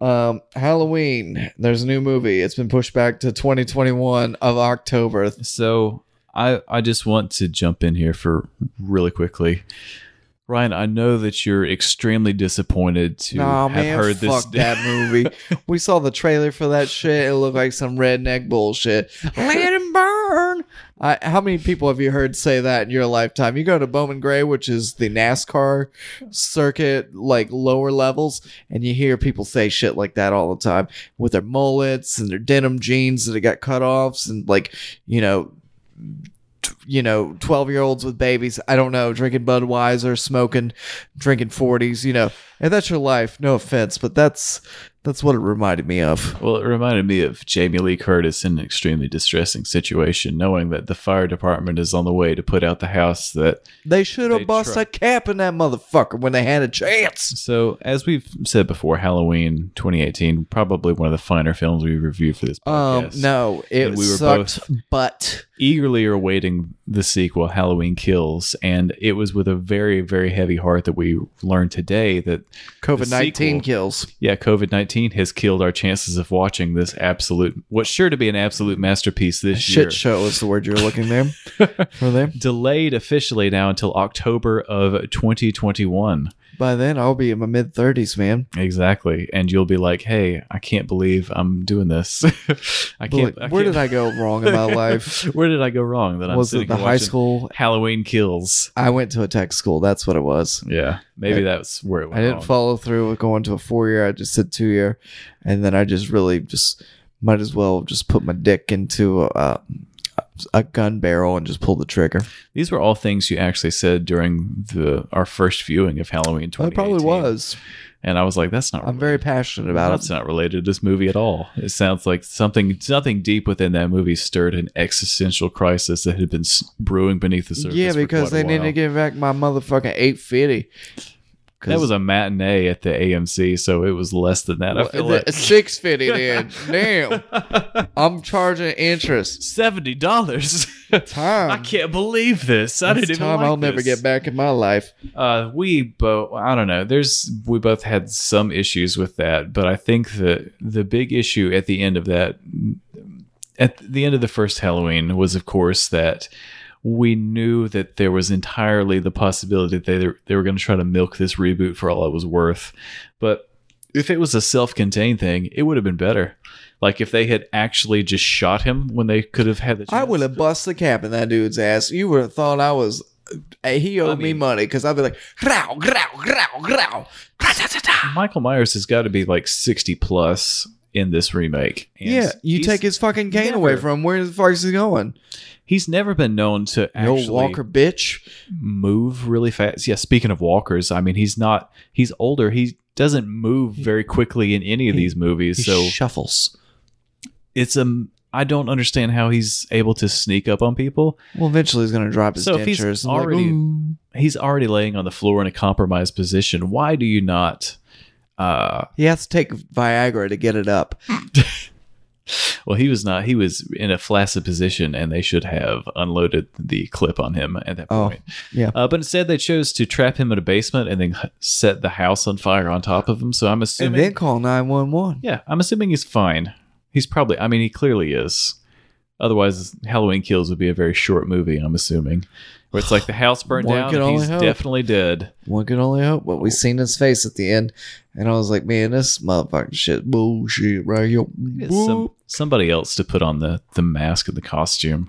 Speaker 2: Um, Halloween. There's a new movie. It's been pushed back to 2021 of October.
Speaker 1: So I I just want to jump in here for really quickly. Ryan, I know that you're extremely disappointed to
Speaker 2: Nah,
Speaker 1: have
Speaker 2: man,
Speaker 1: heard this.
Speaker 2: fuck that movie. we saw the trailer for that shit. It looked like some redneck bullshit. Let him burn. I, how many people have you heard say that in your lifetime? You go to Bowman Gray, which is the NASCAR circuit, like lower levels, and you hear people say shit like that all the time with their mullets and their denim jeans that got cut offs and like you know you know, 12 year olds with babies, I don't know, drinking Budweiser, smoking, drinking 40s, you know, and that's your life. No offense, but that's that's what it reminded me of.
Speaker 1: Well, it reminded me of Jamie Lee Curtis in an extremely distressing situation, knowing that the fire department is on the way to put out the house that
Speaker 2: They should
Speaker 1: They
Speaker 2: have bust
Speaker 1: try-
Speaker 2: a cap in that motherfucker when they had a chance.
Speaker 1: So, as we've said before, Halloween 2018, probably one of the finer films we reviewed for this
Speaker 2: Um,
Speaker 1: podcast.
Speaker 2: no, it
Speaker 1: Oh, And we were
Speaker 2: sucked, but
Speaker 1: Eagerly awaiting the sequel, Halloween Kills, and it was with a very, very heavy heart that we learned today that,
Speaker 2: COVID 19
Speaker 1: sequel-
Speaker 2: kills.
Speaker 1: yeah, COVID 19 has killed our chances of watching this absolute, what's sure to be an absolute masterpiece this year.
Speaker 2: Shit show is the word you're looking there for them.
Speaker 1: Delayed officially now until October of 2021.
Speaker 2: By then, I'll be in my mid 30s, man.
Speaker 1: Exactly. And you'll be like, hey, I can't believe I'm doing this. I can't.
Speaker 2: Like,
Speaker 1: I
Speaker 2: where
Speaker 1: can't-
Speaker 2: did I go wrong in my life?
Speaker 1: Where did I go wrong? That I'm
Speaker 2: Was
Speaker 1: sitting
Speaker 2: it the
Speaker 1: here
Speaker 2: high
Speaker 1: watching
Speaker 2: school?
Speaker 1: Halloween Kills?
Speaker 2: I went to a tech school. That's what it was.
Speaker 1: Yeah, maybe that's where it went.
Speaker 2: I didn't
Speaker 1: wrong.
Speaker 2: follow through with going to a four year. I just said two year, and then I just really just might as well just put my dick into a, a gun barrel and just pull the trigger.
Speaker 1: These were all things you actually said during the our first viewing of Halloween
Speaker 2: I
Speaker 1: 2018.
Speaker 2: Oh, probably was.
Speaker 1: and I was like, "That's not
Speaker 2: I'm very passionate about
Speaker 1: that's
Speaker 2: it.
Speaker 1: not related to this movie at all." It sounds like something something deep within that movie stirred an existential crisis that had been s- brewing beneath the surface.
Speaker 2: Yeah,
Speaker 1: for
Speaker 2: because
Speaker 1: quite
Speaker 2: they
Speaker 1: a
Speaker 2: need
Speaker 1: while.
Speaker 2: to give back my motherfucking eight fifty.
Speaker 1: that was a matinee at the AMC, so it was less than that. I feel like
Speaker 2: six fifty. Then damn, I'm charging interest.
Speaker 1: seventy dollars.
Speaker 2: Time.
Speaker 1: I can't believe this. I
Speaker 2: It's
Speaker 1: didn't even.
Speaker 2: time
Speaker 1: like
Speaker 2: I'll never
Speaker 1: this.
Speaker 2: get back in my life.
Speaker 1: Uh, we both, I don't know. There's, we both had some issues with that, but I think the the big issue at the end of that, at the end of the first Halloween, was of course that we knew that there was entirely the possibility that they they were going to try to milk this reboot for all it was worth, but if it was a self-contained thing, it would have been better. Like if they had actually just shot him when they could have had the.
Speaker 2: I
Speaker 1: chance.
Speaker 2: would have bust the cap in that dude's ass. You would have thought I was. Hey, he owed me
Speaker 1: mean-
Speaker 2: money because I'd be like, growl, growl, growl, growl.
Speaker 1: Michael Myers has got to be like 60 plus in this remake. And
Speaker 2: Yeah, you
Speaker 1: he's-
Speaker 2: take his fucking cane away
Speaker 1: never-
Speaker 2: from him. Where the fuck is he going?
Speaker 1: He's never been known to
Speaker 2: No
Speaker 1: actually
Speaker 2: Walker, bitch.
Speaker 1: move really fast. Yeah, speaking of walkers, I mean, he's not, he's older. He doesn't move very quickly in any of these movies.
Speaker 2: He
Speaker 1: so
Speaker 2: shuffles.
Speaker 1: it's a, I don't understand how he's able to sneak up on people.
Speaker 2: Well, eventually he's gonna drop his
Speaker 1: So if he's
Speaker 2: dentures. I'm
Speaker 1: already-
Speaker 2: like, "Ooh."
Speaker 1: He's already laying on the floor in a compromised position. Why do you not? Uh,
Speaker 2: he has to take Viagra to get it up.
Speaker 1: well, he was not. He was in a flaccid position, and they should have unloaded the clip on him at that
Speaker 2: Oh,
Speaker 1: point.
Speaker 2: yeah.
Speaker 1: Uh, but instead, they chose to trap him in a basement and then h- set the house on fire on top of him. So I'm
Speaker 2: and
Speaker 1: assuming,
Speaker 2: then call nine one one.
Speaker 1: yeah, I'm assuming he's fine. He's probably, I mean, he clearly is. Otherwise, Halloween Kills would be a very short movie. I'm assuming, where it's like the house burned
Speaker 2: One
Speaker 1: down.
Speaker 2: could
Speaker 1: and
Speaker 2: only
Speaker 1: He's
Speaker 2: hope.
Speaker 1: definitely dead.
Speaker 2: One could only hope. But we seen his face at the end, and I was like, man, this motherfucking shit bullshit right here.
Speaker 1: It's some, somebody else to put on the the mask and the costume.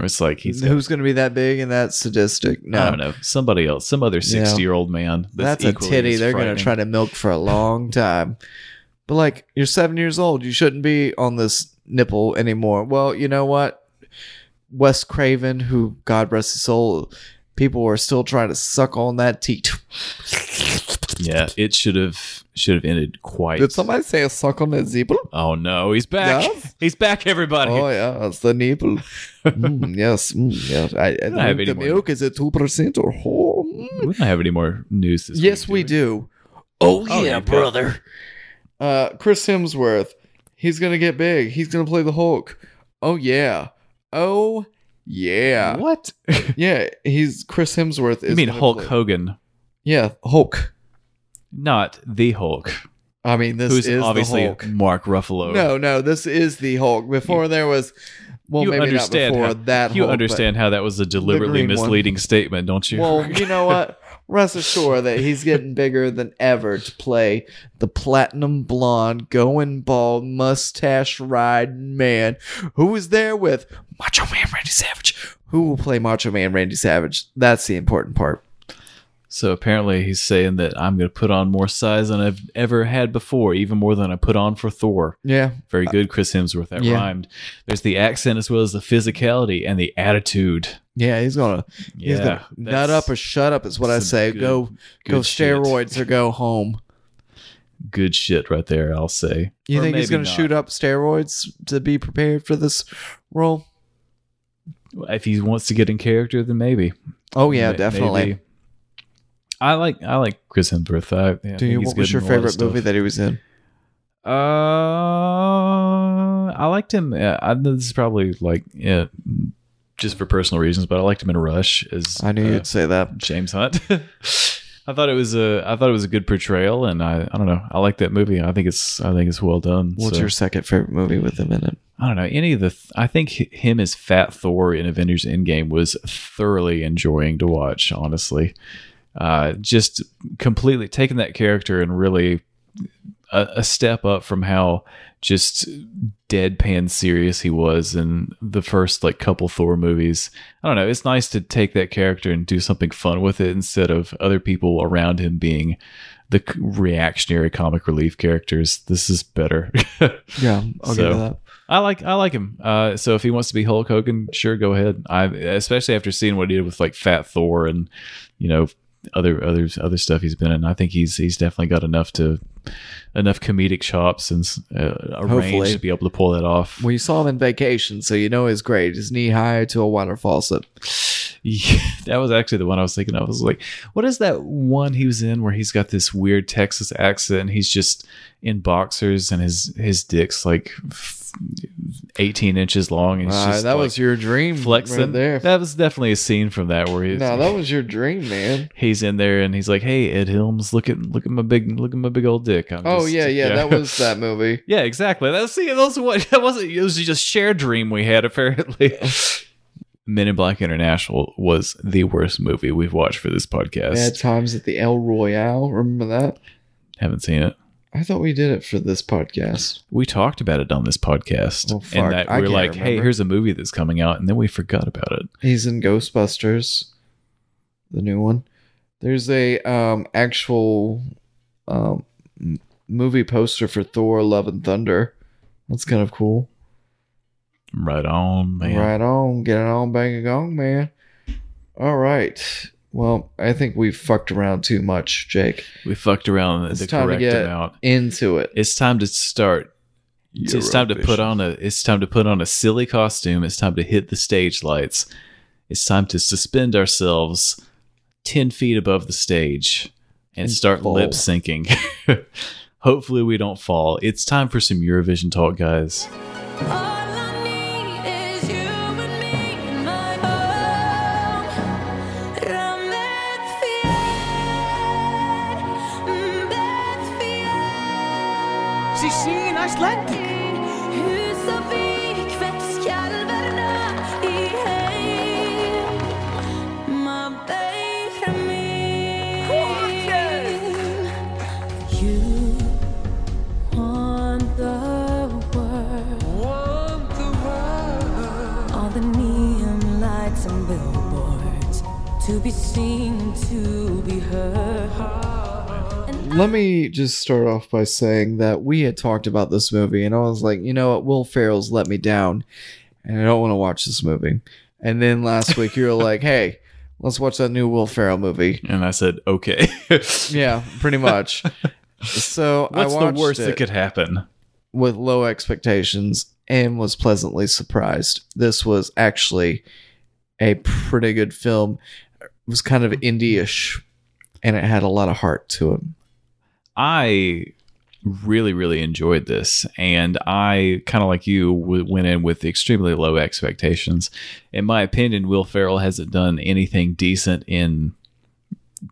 Speaker 1: Or It's like he's. got-
Speaker 2: Who's gonna be that big and that sadistic? No,
Speaker 1: I don't know. Somebody else, some other sixty-year-old man.
Speaker 2: that's a
Speaker 1: equally
Speaker 2: titty
Speaker 1: as
Speaker 2: they're gonna
Speaker 1: frightening.
Speaker 2: try to milk for a long time. But like, you're seven years old. You shouldn't be on this nipple anymore. Well, you know what? Wes Craven, who God rest his soul, people are still trying to suck on that teat.
Speaker 1: Yeah, it should have should have ended quite.
Speaker 2: Did somebody say suck on that zipper?
Speaker 1: Oh no, he's back!
Speaker 2: Yes?
Speaker 1: He's back, everybody.
Speaker 2: Oh yeah, it's the nipple. Mm, yes, mm, yes. I, I
Speaker 1: don't have
Speaker 2: think
Speaker 1: any
Speaker 2: the
Speaker 1: more.
Speaker 2: milk is at two percent or whole.
Speaker 1: We don't have any more news this
Speaker 2: Yes, we
Speaker 1: week,
Speaker 2: do. Oh,
Speaker 1: Oh, yeah,
Speaker 2: yeah, brother. Uh, Chris Hemsworth, he's gonna get big. He's gonna play the Hulk. Oh yeah. Oh yeah.
Speaker 1: What?
Speaker 2: Yeah, he's Chris Hemsworth. Is
Speaker 1: you mean
Speaker 2: gonna
Speaker 1: Hulk
Speaker 2: play-
Speaker 1: Hogan,
Speaker 2: Yeah, Hulk.
Speaker 1: not the Hulk,
Speaker 2: I mean, this
Speaker 1: who's
Speaker 2: is
Speaker 1: obviously
Speaker 2: the Hulk.
Speaker 1: Mark Ruffalo.
Speaker 2: No, no, this is the Hulk. Before there was, well,
Speaker 1: you
Speaker 2: maybe
Speaker 1: understand
Speaker 2: not before
Speaker 1: how,
Speaker 2: that.
Speaker 1: you
Speaker 2: Hulk, but-
Speaker 1: understand how that was a deliberately
Speaker 2: green one.
Speaker 1: misleading statement, don't you?
Speaker 2: Well, you know what? Rest assured that he's getting bigger than ever to play the platinum blonde, going bald, mustache riding man who is there with Macho Man Randy Savage. Who will play Macho Man Randy Savage? That's the important part.
Speaker 1: so apparently he's saying that I'm going to put on more size than I've ever had before, even more than I put on for Thor.
Speaker 2: Yeah.
Speaker 1: Very good, Chris Hemsworth. That
Speaker 2: Yeah.
Speaker 1: rhymed. There's the accent as well as the physicality and the attitude.
Speaker 2: Yeah, he's gonna
Speaker 1: Yeah,
Speaker 2: he's gonna nut
Speaker 1: that's
Speaker 2: up or shut up is what I
Speaker 1: some
Speaker 2: say.
Speaker 1: good-
Speaker 2: go
Speaker 1: good
Speaker 2: go
Speaker 1: shit.
Speaker 2: steroids or go home.
Speaker 1: good shit right there. I'll say.
Speaker 2: You
Speaker 1: Or
Speaker 2: think he's
Speaker 1: maybe
Speaker 2: gonna
Speaker 1: not.
Speaker 2: shoot up steroids to be prepared for this role?
Speaker 1: if he wants to get in character? Then maybe.
Speaker 2: Oh yeah,
Speaker 1: Ma-
Speaker 2: definitely.
Speaker 1: maybe. I like I like Chris Hemsworth. I, yeah, I
Speaker 2: Do
Speaker 1: think
Speaker 2: you?
Speaker 1: he's
Speaker 2: What
Speaker 1: good
Speaker 2: was
Speaker 1: in
Speaker 2: your
Speaker 1: a lot of
Speaker 2: favorite
Speaker 1: stuff.
Speaker 2: movie that he was in?
Speaker 1: Uh, I liked him. Uh, I know this is probably like yeah, just for personal reasons, but I liked him in Rush as
Speaker 2: I knew
Speaker 1: uh,
Speaker 2: you'd say that.
Speaker 1: James Hunt. I thought it was a I thought it was a good portrayal, and I, I don't know. I like that movie. I think it's I think it's well done.
Speaker 2: What's
Speaker 1: so-
Speaker 2: your second favorite movie with him in it?
Speaker 1: I don't know any of the. Th- I think hi- him as Fat Thor in Avengers Endgame was thoroughly enjoying to watch. Honestly, uh, just completely taking that character and really uh, a, a step up from how just deadpan serious he was in the first like couple Thor movies. I don't know. It's nice to take that character and do something fun with it instead of other people around him being the c- reactionary comic relief characters. This is better.
Speaker 2: Yeah, I'll give
Speaker 1: So-
Speaker 2: you that.
Speaker 1: I like I like him. Uh, so if he wants to be Hulk Hogan, sure, go ahead. I especially after seeing what he did with like Fat Thor and you know other other other stuff he's been in. I think he's he's definitely got enough to enough comedic chops and uh, a range
Speaker 2: Hopefully.
Speaker 1: to be able to pull that off.
Speaker 2: Well, you saw him in vacation, so you know his grade. He's knee high to a water faucet.
Speaker 1: Yeah, that was actually the one I was thinking of. I was like, what is that one he was in where he's got this weird Texas accent and he's just in boxers and his his dick's like f- 18 inches long and he's
Speaker 2: Uh,
Speaker 1: just
Speaker 2: that
Speaker 1: like,
Speaker 2: was your dream
Speaker 1: flexing
Speaker 2: Hmm, right there.
Speaker 1: That was definitely a scene from that where he's
Speaker 2: no, that was your dream, man.
Speaker 1: he's in there and he's like, "Hey, Ed Helms, look at look at my big look at my big old dick." I'm
Speaker 2: Oh
Speaker 1: just-
Speaker 2: yeah, yeah, that was that movie.
Speaker 1: yeah, exactly. That's see, those what that wasn't. It was just a shared dream we had apparently. Men in Black International was the worst movie we've watched for this podcast.
Speaker 2: Bad times at the El Royale. Remember that?
Speaker 1: Haven't seen it.
Speaker 2: I thought we did it for this podcast.
Speaker 1: We talked about it on this podcast,
Speaker 2: Well, fuck,
Speaker 1: and that
Speaker 2: I
Speaker 1: we were
Speaker 2: can't
Speaker 1: like, "Hey,
Speaker 2: remember.
Speaker 1: here's a movie that's coming out," and then we forgot about it.
Speaker 2: He's in Ghostbusters, the new one. There's a um actual um m- movie poster for Thor: Love and Thunder. That's kind of cool.
Speaker 1: Right on, man.
Speaker 2: Right on. Get it on, bang a gong, man. All right. Well, I think we fucked around too much, Jake.
Speaker 1: We fucked around the,
Speaker 2: It's
Speaker 1: the
Speaker 2: time to
Speaker 1: correct
Speaker 2: get-
Speaker 1: amount.
Speaker 2: Into it.
Speaker 1: It's time to start So it's time to put on a it's time to put on a silly costume it's time to hit the stage lights it's time to suspend ourselves 10 feet above the stage and,
Speaker 2: And
Speaker 1: start
Speaker 2: fall.
Speaker 1: lip syncing hopefully we don't fall it's time for some eurovision talk guys
Speaker 3: All I need is you and me in my home. I'm that fear, that
Speaker 4: Ze zingen Icelandic.
Speaker 3: fear. Hus og vik veks skjelverna i heim. Ma beira mín. You want the world. All the neon lights and billboards to be seen, to be heard.
Speaker 2: Let me just start off by saying that we had talked about this movie, and I was like, you know what? Will Ferrell's let me down, and I don't want to watch this movie. And then last week, you were like, hey, let's watch that new Will Ferrell movie.
Speaker 1: and i said okay what's
Speaker 2: Yeah, pretty much. so I
Speaker 1: the
Speaker 2: watched
Speaker 1: worst that
Speaker 2: it.
Speaker 1: could happen
Speaker 2: with low expectations and was pleasantly surprised. This was actually a pretty good film. It was kind of indie-ish and it had a lot of heart to it.
Speaker 1: I really, really enjoyed this. And I, kind of like you, w- went in with extremely low expectations. In my opinion, Will Ferrell hasn't done anything decent in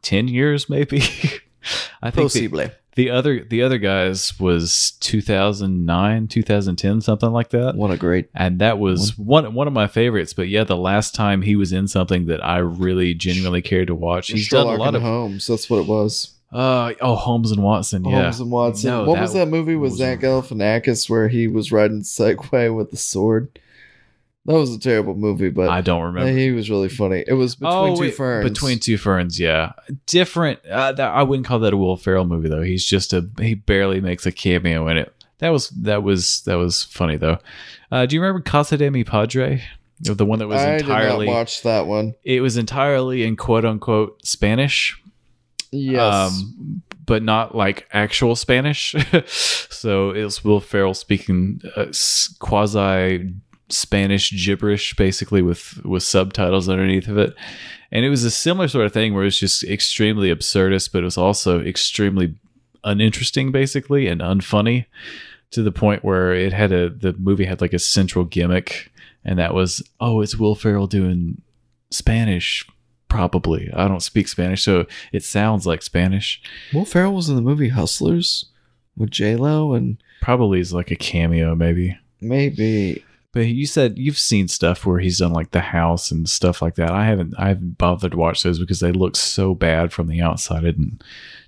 Speaker 1: 10 years, maybe. I think the, the other the other guys was 2009, 2010, something like that.
Speaker 2: What a great
Speaker 1: And that was one one of my favorites. But yeah, the last time he was in something that I really genuinely cared to watch, he's
Speaker 2: Sherlock
Speaker 1: done a lot
Speaker 2: and
Speaker 1: of
Speaker 2: Holmes. That's what it was.
Speaker 1: uh oh Holmes and Watson. yeah,
Speaker 2: Holmes and Watson.
Speaker 1: No,
Speaker 2: what was that movie with
Speaker 1: was-
Speaker 2: Zach Galifianakis where he was riding Segway with the sword? That was a terrible movie, but
Speaker 1: I don't remember.
Speaker 2: he was really funny. It was between
Speaker 1: Oh,
Speaker 2: two
Speaker 1: it-
Speaker 2: ferns.
Speaker 1: Between two ferns, yeah. Different. Uh, that, I wouldn't call that a Will Ferrell movie though. He's just a he barely makes a cameo in it. That was that was that was funny though. Uh, do you remember Casa de Mi Padre? The one that was
Speaker 2: I did not
Speaker 1: entirely
Speaker 2: watch that one.
Speaker 1: it was entirely in quote unquote Spanish,
Speaker 2: Yes.
Speaker 1: um, but not like actual Spanish. so it was Will Ferrell speaking uh, quasi Spanish gibberish, basically with with subtitles underneath of it. And it was a similar sort of thing where it was just extremely absurdist, but it was also extremely uninteresting, basically, and unfunny to the point where it had a the movie had like a central gimmick, and that was oh, it's Will Ferrell doing Spanish. Probably, I don't speak Spanish, so it sounds like Spanish.
Speaker 2: Will Ferrell was in the movie Hustlers with J Lo and
Speaker 1: Probably is like a cameo, maybe.
Speaker 2: maybe
Speaker 1: But you said you've seen stuff where he's done like the house and stuff like that. I haven't I haven't bothered to watch those because they look so bad from the outside. I didn't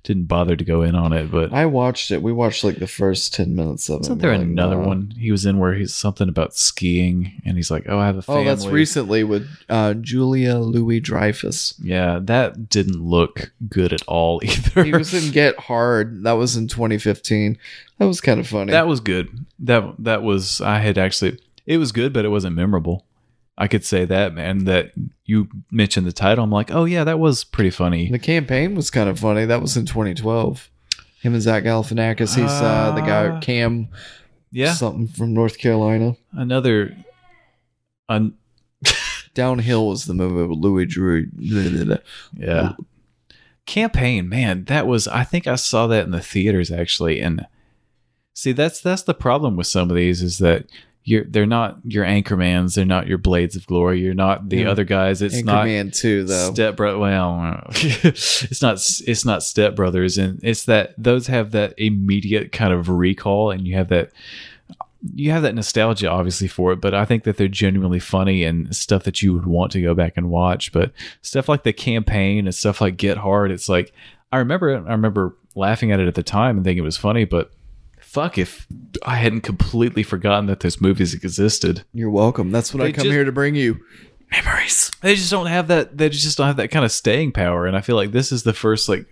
Speaker 1: didn't bother to go in on it. But
Speaker 2: I watched it. We watched like the first ten minutes of it.
Speaker 1: isn't there
Speaker 2: We're like,
Speaker 1: another
Speaker 2: nah.
Speaker 1: one he was in where he's something about skiing and he's like, oh, I have a
Speaker 2: Oh,
Speaker 1: family.
Speaker 2: that's recently with uh, Julia Louis Dreyfus.
Speaker 1: Yeah, that didn't look good at all either.
Speaker 2: He was in Get Hard. That was in 2015. That was kind of funny.
Speaker 1: that was good. That that was I had actually it was good, but it wasn't memorable. I could say that, man. That you mentioned the title, I'm like, oh yeah, that was pretty funny.
Speaker 2: the campaign was kind of funny. That was in 2012. Him and Zach Galifianakis. He's uh, the guy
Speaker 1: Ah.
Speaker 2: Cam
Speaker 1: Yeah,
Speaker 2: something from North Carolina.
Speaker 1: another. Un-
Speaker 2: Downhill was the movie with Louis Drew.
Speaker 1: yeah, campaign, man. That was. I think I saw that in the theaters actually, and see, that's that's the problem with some of these is that. You're, they're not your anchormans. They're not your blades of glory. You're not the
Speaker 2: Yeah.
Speaker 1: other guys. It's not
Speaker 2: Anchorman too, though.
Speaker 1: Step brother. Well, it's not. It's not step brothers, and it's that those have that immediate kind of recall, and you have that. You have that nostalgia, obviously, for it, but I think that they're genuinely funny and stuff that you would want to go back and watch. But stuff like the campaign and stuff like Get Hard, it's like I remember. it- I remember laughing at it at the time and thinking it was funny, but fuck if I hadn't completely forgotten that those movies existed.
Speaker 2: You're welcome. That's what I
Speaker 1: They
Speaker 2: come
Speaker 1: just-
Speaker 2: here to bring you.
Speaker 1: They just don't have that. They just don't have that kind of staying power. And I feel like this is the first like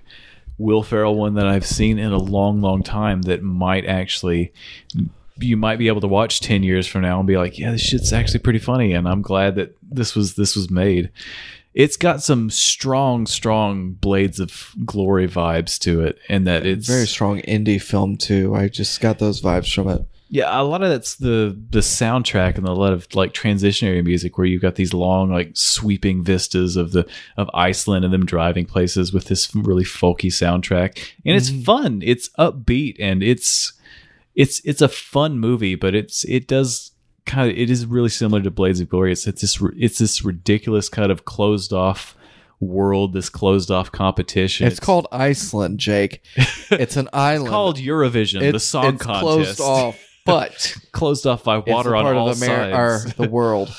Speaker 1: Will Ferrell one that I've seen in a long, long time that might actually you might be able to watch ten years from now and be like, yeah, this shit's actually pretty funny. And I'm glad that this was this was made. It's got some strong, strong blades of glory vibes to it, and that it's
Speaker 2: Very strong indie film too. I just got those vibes from it.
Speaker 1: yeah, a lot of that's the the soundtrack and a lot of like transitionary music where you've got these long like sweeping vistas of the of Iceland and them driving places with this really folky soundtrack. And it's
Speaker 2: Mm-hmm.
Speaker 1: fun. It's upbeat and it's it's it's a fun movie, but it's it does kind of it is really similar to Blades of Glory. It's it's this it's this ridiculous kind of closed off world, this closed off competition.
Speaker 2: It's, called Iceland, Jake. It's an island.
Speaker 1: it's called Eurovision, the song
Speaker 2: it's
Speaker 1: contest.
Speaker 2: closed off, but
Speaker 1: closed off by water
Speaker 2: it's a
Speaker 1: on
Speaker 2: part
Speaker 1: all
Speaker 2: of Ameri-
Speaker 1: sides.
Speaker 2: or the world.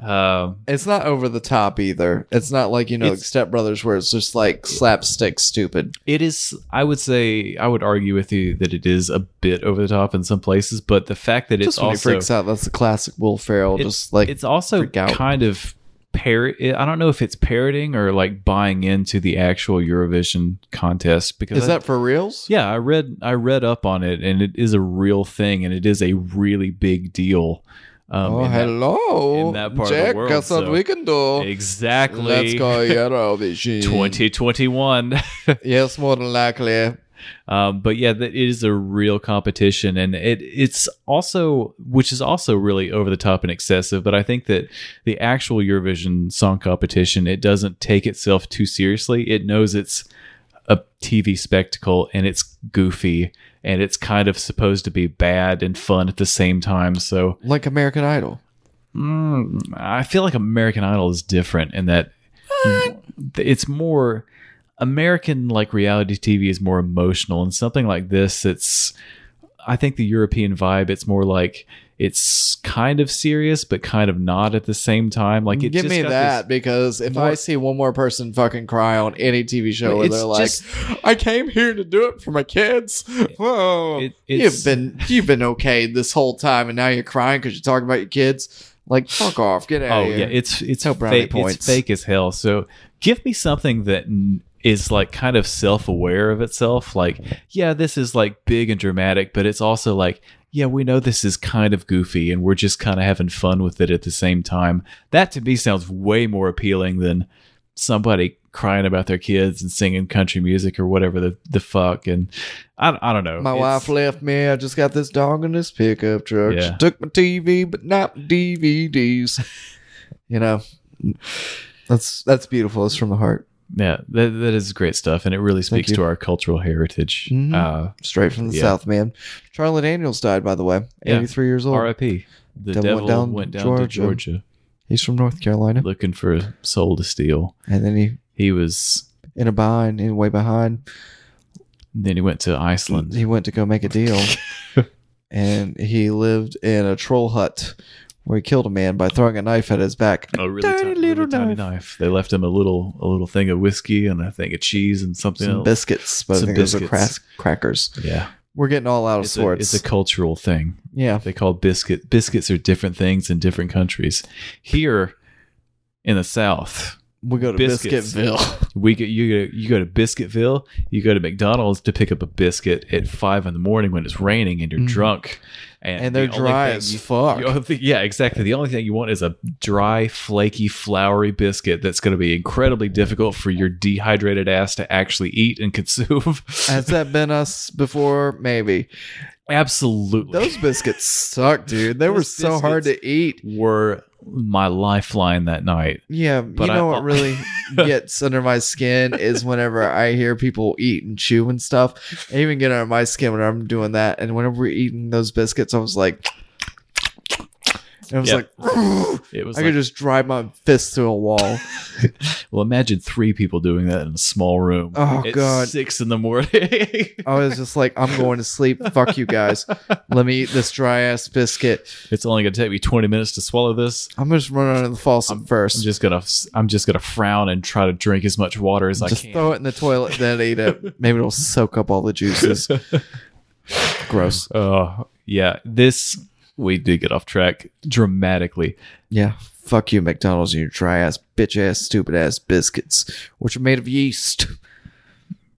Speaker 1: Um,
Speaker 2: It's not over the top either. It's not like you know, like
Speaker 1: It's-
Speaker 2: Step Brothers, where it's just like slapstick stupid.
Speaker 1: it is i would say i would argue with you that it is a bit over the top in some places but the fact that it's
Speaker 2: just when
Speaker 1: also
Speaker 2: he freaks out, that's the classic Will Ferrell.
Speaker 1: it's,
Speaker 2: just like
Speaker 1: it's also
Speaker 2: freak out.
Speaker 1: kind of parrot i don't know if it's parroting or like buying into the actual eurovision contest because
Speaker 2: is
Speaker 1: I-
Speaker 2: that for reals?
Speaker 1: yeah i read i read up on it and it is a real thing and it is a really big deal um,
Speaker 2: oh,
Speaker 1: in that-
Speaker 2: hello.
Speaker 1: in that part of the
Speaker 2: Jack,
Speaker 1: world,
Speaker 2: That's
Speaker 1: so-
Speaker 2: what we can do.
Speaker 1: exactly
Speaker 2: Let's go Eurovision.
Speaker 1: 2021
Speaker 2: Yes, more than likely.
Speaker 1: Um, but yeah, that it is a real competition, and it it's also which is also really over the top and excessive. But I think that the actual Eurovision Song Competition it doesn't take itself too seriously. It knows it's a TV spectacle and it's goofy and it's kind of supposed to be bad and fun at the same time. So
Speaker 2: Like American Idol.
Speaker 1: Mm, I feel like American Idol is different in that it's more American like reality TV is more emotional and something like this it's I think the European vibe it's more like it's kind of serious but kind of not at the same time like it
Speaker 2: Give
Speaker 1: just
Speaker 2: me
Speaker 1: got
Speaker 2: that
Speaker 1: this-
Speaker 2: because if I see one more person fucking cry on any TV show where
Speaker 1: It's
Speaker 2: they're like,
Speaker 1: just-
Speaker 2: "I came here to do it for my kids," whoa,
Speaker 1: It-
Speaker 2: you've
Speaker 1: it's-
Speaker 2: been you've been okay this whole time, and now you're crying because you're talking about your kids. Like, fuck off, get out
Speaker 1: Oh
Speaker 2: of
Speaker 1: yeah,
Speaker 2: here.
Speaker 1: it's it's
Speaker 2: No brownie
Speaker 1: fake. It's
Speaker 2: points.
Speaker 1: fake as hell. So give me something that n- is like kind of self-aware of itself. Like, yeah, this is like big and dramatic, but it's also like, yeah, we know this is kind of goofy, and we're just kind of having fun with it at the same time. That to me sounds way more appealing than somebody crying about their kids and singing country music or whatever the the fuck. And I, I don't know.
Speaker 2: My
Speaker 1: It's-
Speaker 2: wife left me. I just got this dog and this pickup truck.
Speaker 1: Yeah.
Speaker 2: She took my TV, but not my DVDs. you know, that's that's beautiful. It's from the heart,
Speaker 1: Yeah, that, that is great stuff, and it really speaks
Speaker 2: you.
Speaker 1: to our cultural heritage.
Speaker 2: Mhm.
Speaker 1: Uh,
Speaker 2: straight from the
Speaker 1: Yeah.
Speaker 2: South, man. Charlie Daniels died, by the way,
Speaker 1: Yeah.
Speaker 2: eighty-three years old.
Speaker 1: R.I.P. The
Speaker 2: Devil
Speaker 1: devil
Speaker 2: went down
Speaker 1: went down to
Speaker 2: Georgia.
Speaker 1: Georgia
Speaker 2: He's from North Carolina,
Speaker 1: looking for a soul to steal.
Speaker 2: and then he
Speaker 1: He was
Speaker 2: in a bind, in way behind.
Speaker 1: then he went to Iceland.
Speaker 2: He went to go make a deal, and he lived in a troll hut where he killed a man by throwing a knife at his back.
Speaker 1: A really tiny, little tiny knife. They left him a little a little thing of whiskey and a thing of cheese and something
Speaker 2: Some
Speaker 1: else.
Speaker 2: biscuits, but
Speaker 1: Some
Speaker 2: I think those are
Speaker 1: biscuits.
Speaker 2: crack- crackers.
Speaker 1: Yeah,
Speaker 2: We're getting all out of
Speaker 1: it's a,
Speaker 2: sorts.
Speaker 1: it's a cultural thing.
Speaker 2: yeah,
Speaker 1: They call biscuit biscuits are different things in different countries. Here in the South,
Speaker 2: we go to
Speaker 1: biscuits.
Speaker 2: Biscuitville.
Speaker 1: we get you go you go to Biscuitville, you go to McDonald's to pick up a biscuit at five in the morning when it's raining and you're
Speaker 2: Mhm.
Speaker 1: drunk, and,
Speaker 2: And they're
Speaker 1: the only
Speaker 2: dry
Speaker 1: thing
Speaker 2: as
Speaker 1: you-
Speaker 2: fuck.
Speaker 1: the only thing- yeah, exactly. The only thing you want is a dry, flaky, floury biscuit that's going to be incredibly difficult for your dehydrated ass to actually eat and consume.
Speaker 2: Has that been us before? Maybe.
Speaker 1: Absolutely,
Speaker 2: Those biscuits suck, dude. They were
Speaker 1: Those
Speaker 2: so hard
Speaker 1: biscuits-
Speaker 2: to eat.
Speaker 1: were my lifeline that night.
Speaker 2: Yeah,
Speaker 1: But
Speaker 2: you
Speaker 1: I-
Speaker 2: know what really gets under my skin is whenever I hear people eat and chew and stuff. I even get under my skin when I'm doing that. And whenever we're eating those biscuits, I was like, and I was
Speaker 1: Yeah.
Speaker 2: like, "Ugh."
Speaker 1: It was
Speaker 2: I
Speaker 1: like,
Speaker 2: could just drive my fist through a wall.
Speaker 1: well, imagine three people doing that in a small room.
Speaker 2: Oh,
Speaker 1: at
Speaker 2: God.
Speaker 1: six in the morning.
Speaker 2: I was just like, I'm going to sleep. Fuck you guys. Let me eat this dry ass biscuit.
Speaker 1: it's only going to take me 20 minutes to swallow this.
Speaker 2: I'm gonna just running under the faucet
Speaker 1: I'm
Speaker 2: first.
Speaker 1: just going to I'm just going to frown and try to drink as much water as I
Speaker 2: just
Speaker 1: can.
Speaker 2: throw it in the toilet, then eat it. Maybe it'll soak up all the juices. Gross.
Speaker 1: Oh, yeah. This we did get off track dramatically.
Speaker 2: Yeah. Fuck you, McDonald's, and your dry ass, bitch ass, stupid ass biscuits, which are made of yeast.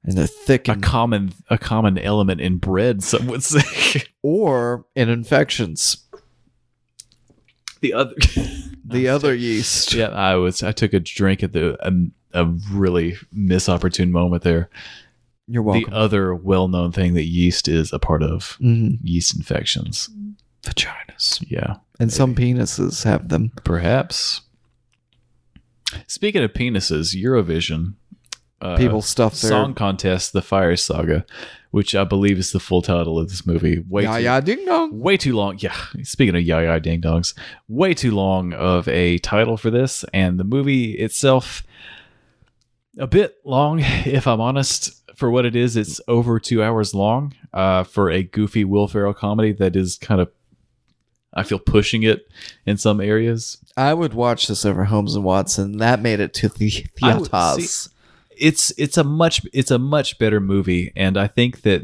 Speaker 2: And they're thick
Speaker 1: A
Speaker 2: and,
Speaker 1: common a common element in bread, some would say.
Speaker 2: or in infections.
Speaker 1: the other
Speaker 2: The other yeast.
Speaker 1: Yeah, I was I took a drink at the um, a really misopportune moment there.
Speaker 2: You're welcome.
Speaker 1: The other well-known thing that yeast is a part of
Speaker 2: Mhm.
Speaker 1: yeast infections.
Speaker 2: Vaginas.
Speaker 1: Yeah.
Speaker 2: And some penises have them.
Speaker 1: Perhaps. Speaking of penises, Eurovision uh,
Speaker 2: People stuff their
Speaker 1: song contest, "The Fire Saga," which I believe is the full title of this movie. Way
Speaker 2: Yeah,
Speaker 1: too,
Speaker 2: yeah, ding dong.
Speaker 1: way too long. Yeah, speaking of yaya ding dongs, way too long of a title for this, and the movie itself a bit long, if I'm honest. For what it is, it's over two hours long. Uh, for a goofy Will Ferrell comedy that is kind of, I feel pushing it in some areas.
Speaker 2: I would watch this over Holmes and Watson. That made it to the
Speaker 1: I would-
Speaker 2: theaters.
Speaker 1: it's it's a much it's a much better movie and i think that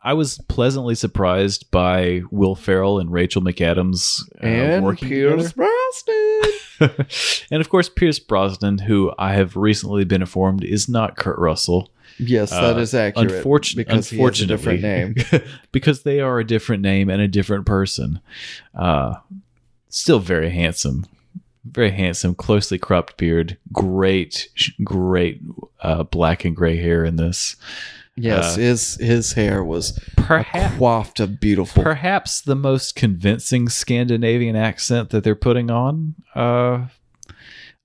Speaker 1: I was pleasantly surprised by Will Ferrell and Rachel McAdams uh,
Speaker 2: And
Speaker 1: working
Speaker 2: Pierce Brosnan.
Speaker 1: together, and of course Pierce Brosnan, who I have recently been informed is not Kurt Russell.
Speaker 2: Yes,
Speaker 1: Uh,
Speaker 2: that is accurate.
Speaker 1: Unfortunate-
Speaker 2: because he has a
Speaker 1: unfortunately,
Speaker 2: different name.
Speaker 1: because they are a different name and a different person. Uh, still very handsome, very handsome, closely cropped beard, great, great uh, black and gray hair in this.
Speaker 2: Yes,
Speaker 1: Uh,
Speaker 2: his his hair was
Speaker 1: Perhaps
Speaker 2: coiffed of beautiful.
Speaker 1: perhaps the most convincing Scandinavian accent that they're putting on. Uh,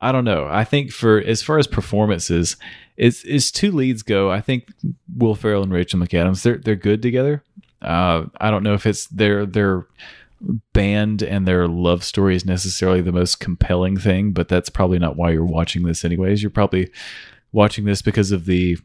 Speaker 1: I don't know. I think for as far as performances, as as two leads go, I think Will Ferrell and Rachel McAdams they're they're good together. Uh, I don't know if it's their their band and their love story is necessarily the most compelling thing, but that's probably not why you're watching this anyways. You're probably watching this because of the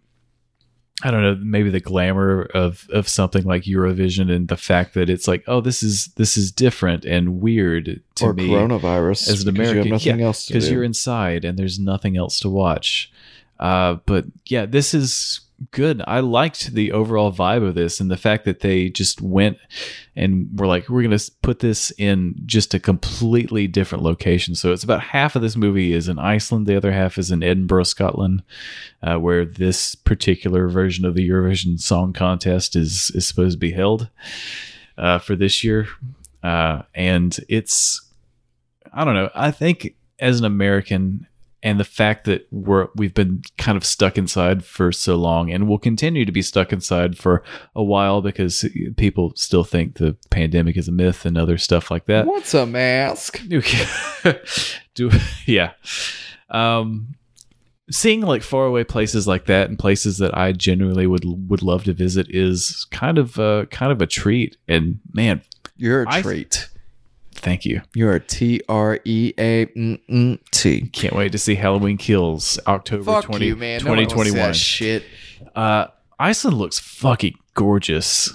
Speaker 1: I don't know, maybe the glamour of of something like Eurovision and the fact that it's like, oh, this is this is different and weird to
Speaker 2: or
Speaker 1: me
Speaker 2: coronavirus
Speaker 1: as an
Speaker 2: because
Speaker 1: American
Speaker 2: You have nothing
Speaker 1: yeah,
Speaker 2: else to
Speaker 1: because
Speaker 2: do.
Speaker 1: you're inside and there's nothing else to watch. Uh, but yeah, this is good. I liked the overall vibe of this and the fact that they just went and were like, we're going to put this in just a completely different location. So it's about half of this movie is in Iceland, the other half is in Edinburgh, Scotland, uh, where this particular version of the Eurovision Song Contest is is supposed to be held uh, for this year. Uh, and it's I don't know. I think as an American, and the fact that we're we've been kind of stuck inside for so long, and will continue to be stuck inside for a while because people still think the pandemic is a myth and other stuff like that.
Speaker 2: What's a mask?
Speaker 1: Okay. Do yeah. Um seeing like faraway places like that and places that I genuinely would would love to visit is kind of uh kind of a treat and man,
Speaker 2: You're a
Speaker 1: I-
Speaker 2: treat.
Speaker 1: thank you.
Speaker 2: You're a T R E A N N T.
Speaker 1: Can't wait to see Halloween Kills October
Speaker 2: Fuck
Speaker 1: 20,
Speaker 2: you, man. No one wants
Speaker 1: 2021.
Speaker 2: that shit.
Speaker 1: Uh Iceland looks fucking gorgeous.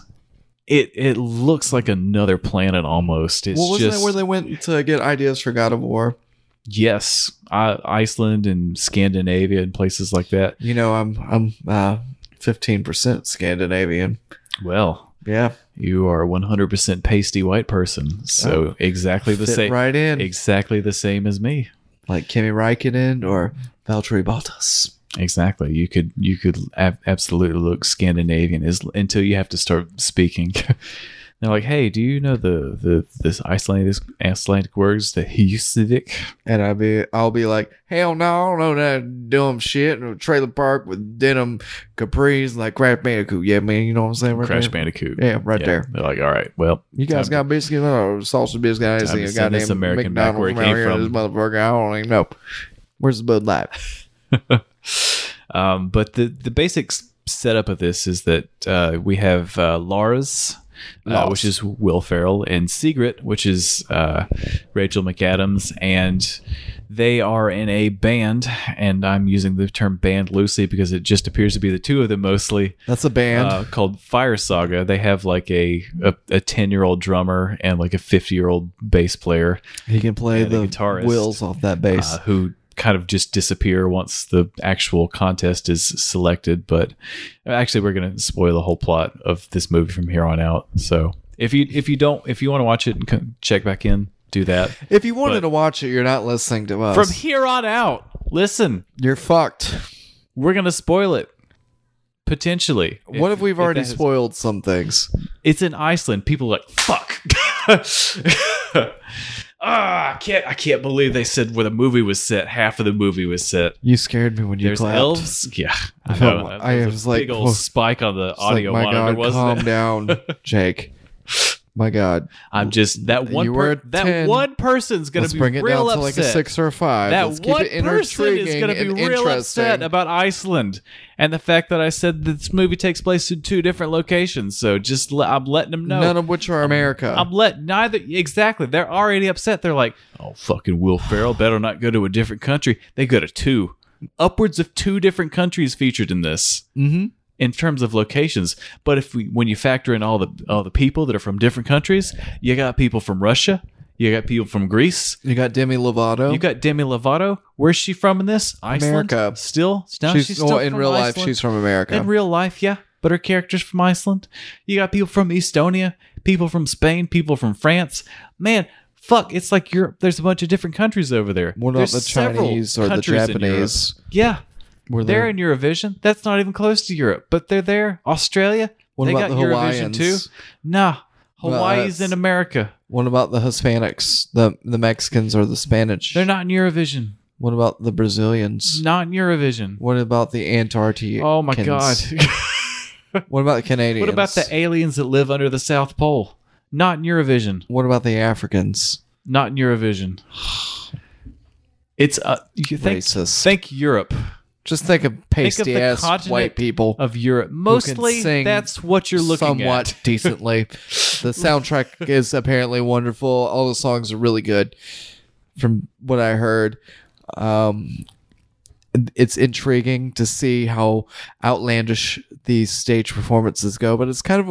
Speaker 1: it it looks like another planet almost. It's
Speaker 2: well, wasn't
Speaker 1: just
Speaker 2: that where they went to get ideas for God of War?
Speaker 1: yes, I, Iceland and Scandinavia and places like that.
Speaker 2: You know, I'm I'm uh, 15% Scandinavian.
Speaker 1: Well,
Speaker 2: Yeah,
Speaker 1: you are one hundred percent pasty white person, so exactly the
Speaker 2: Oh, fit
Speaker 1: same,
Speaker 2: right in,
Speaker 1: exactly the same as me.
Speaker 2: like Kimi Raikkonen or Valtteri Bottas.
Speaker 1: Exactly. You could you could ab- absolutely look Scandinavian is until you have to start speaking. They're like, hey, do you know the the this Icelandic Icelandic words the Husivik?
Speaker 2: And I'll be I'll be like, hell no, I don't know that dumb shit. in a Trailer park with denim capris like Crash Bandicoot. Yeah, man, you know what I'm saying? Right
Speaker 1: Crash
Speaker 2: there?
Speaker 1: Bandicoot.
Speaker 2: Yeah, right
Speaker 1: Yeah.
Speaker 2: there.
Speaker 1: They're like, all right, well,
Speaker 2: You guys
Speaker 1: time
Speaker 2: got biscuit or sausage biscuit? I ain't
Speaker 1: Time to
Speaker 2: seen a
Speaker 1: send this
Speaker 2: goddamn
Speaker 1: American back where
Speaker 2: McDonald's
Speaker 1: he
Speaker 2: around
Speaker 1: came
Speaker 2: here. This
Speaker 1: from.
Speaker 2: motherfucker, I don't even know. Where's the Bud Light?
Speaker 1: Um, but the the basic s- setup of this is that uh, we have uh, Lars, uh,
Speaker 2: Lars.
Speaker 1: which is Will Ferrell, and Secret, which is uh, Rachel McAdams, and they are in a band. And I'm using the term band loosely because it just appears to be the two of them mostly.
Speaker 2: That's a band.
Speaker 1: Uh, called Fire Saga. They have like a a ten year old drummer and like a fifty year old bass player.
Speaker 2: he can play
Speaker 1: yeah, the
Speaker 2: the,
Speaker 1: guitarist.
Speaker 2: wheels off that bass.
Speaker 1: uh, who kind of just disappear once the actual contest is selected. But actually, we're going to spoil the whole plot of this movie from here on out. So if you if you don't if you want to watch it and co- check back in, do that.
Speaker 2: if you wanted
Speaker 1: but-
Speaker 2: to watch it, you're not listening to us.
Speaker 1: From here on out, listen,
Speaker 2: you're fucked.
Speaker 1: we're going to spoil it potentially.
Speaker 2: what if we've already
Speaker 1: that has-
Speaker 2: spoiled some things?
Speaker 1: It's in Iceland. People are like fuck. Ah, I can't! I can't believe they said where the movie was set. Half of the movie was set.
Speaker 2: You scared me when you
Speaker 1: There's
Speaker 2: clapped.
Speaker 1: elves. Yeah, I
Speaker 2: felt
Speaker 1: know.
Speaker 2: like-
Speaker 1: There
Speaker 2: I
Speaker 1: a
Speaker 2: was like,
Speaker 1: big
Speaker 2: "Whoa."
Speaker 1: old spike on the
Speaker 2: It's like,
Speaker 1: audio
Speaker 2: my
Speaker 1: monitor,
Speaker 2: God, calm
Speaker 1: wasn't it?
Speaker 2: down, Jake. My God,
Speaker 1: I'm just that one.
Speaker 2: You were
Speaker 1: Per-
Speaker 2: at
Speaker 1: that
Speaker 2: 10.
Speaker 1: one person's gonna
Speaker 2: let's
Speaker 1: be
Speaker 2: bring it
Speaker 1: real upset.
Speaker 2: down to like a six or a five.
Speaker 1: that
Speaker 2: let's
Speaker 1: one
Speaker 2: keep it
Speaker 1: person is
Speaker 2: intriguing
Speaker 1: gonna be
Speaker 2: and
Speaker 1: real upset
Speaker 2: interesting.
Speaker 1: about Iceland and the fact that I said that this movie takes place in two different locations. So just le- I'm letting them know.
Speaker 2: None of which are America.
Speaker 1: I'm let neither exactly. They're already upset. They're like, "Oh, fucking Will Ferrell better not go to a different country." They go to two, upwards of two different countries featured in this,
Speaker 2: Mhm.
Speaker 1: in terms of locations. But if we, when you factor in all the all the people that are from different countries, you got people from Russia, you got people from Greece,
Speaker 2: you got Demi Lovato.
Speaker 1: you got Demi Lovato. Where's she from in this? Iceland.
Speaker 2: America.
Speaker 1: Still, no, she's,
Speaker 2: she's,
Speaker 1: still
Speaker 2: well, in
Speaker 1: from
Speaker 2: real life.
Speaker 1: Iceland.
Speaker 2: She's from America.
Speaker 1: In real life, yeah. But her character's from Iceland. You got people from Estonia, people from Spain, people from France. Man, fuck, it's like Europe. There's a bunch of different countries over there.
Speaker 2: We're not
Speaker 1: There's
Speaker 2: the
Speaker 1: several
Speaker 2: Chinese or the
Speaker 1: countries in Europe.
Speaker 2: Japanese.
Speaker 1: Yeah.
Speaker 2: We're
Speaker 1: they're
Speaker 2: there.
Speaker 1: in Eurovision. That's not even close to Europe, but they're there. Australia,
Speaker 2: What
Speaker 1: they got
Speaker 2: about the
Speaker 1: Eurovision too.
Speaker 2: Hawaiians?
Speaker 1: Nah,
Speaker 2: Well,
Speaker 1: Hawaii's
Speaker 2: that's-
Speaker 1: in America.
Speaker 2: What about the Hispanics, the the Mexicans or the Spanish?
Speaker 1: They're not in Eurovision.
Speaker 2: What about the Brazilians?
Speaker 1: Not in Eurovision.
Speaker 2: What about the Antarctic?
Speaker 1: Oh my god.
Speaker 2: What about the Canadians?
Speaker 1: what about the aliens that live under the South Pole? Not in Eurovision.
Speaker 2: What about the Africans?
Speaker 1: not in Eurovision. It's uh, you think
Speaker 2: Racist.
Speaker 1: think Europe
Speaker 2: Just think of pasty
Speaker 1: the
Speaker 2: ass
Speaker 1: continent
Speaker 2: white people.
Speaker 1: of Europe. Mostly,
Speaker 2: sing
Speaker 1: that's what you're looking
Speaker 2: somewhat
Speaker 1: at.
Speaker 2: decently. The soundtrack is apparently wonderful. All the songs are really good, from what I heard. Um, it's intriguing to see how outlandish these stage performances go, but it's kind of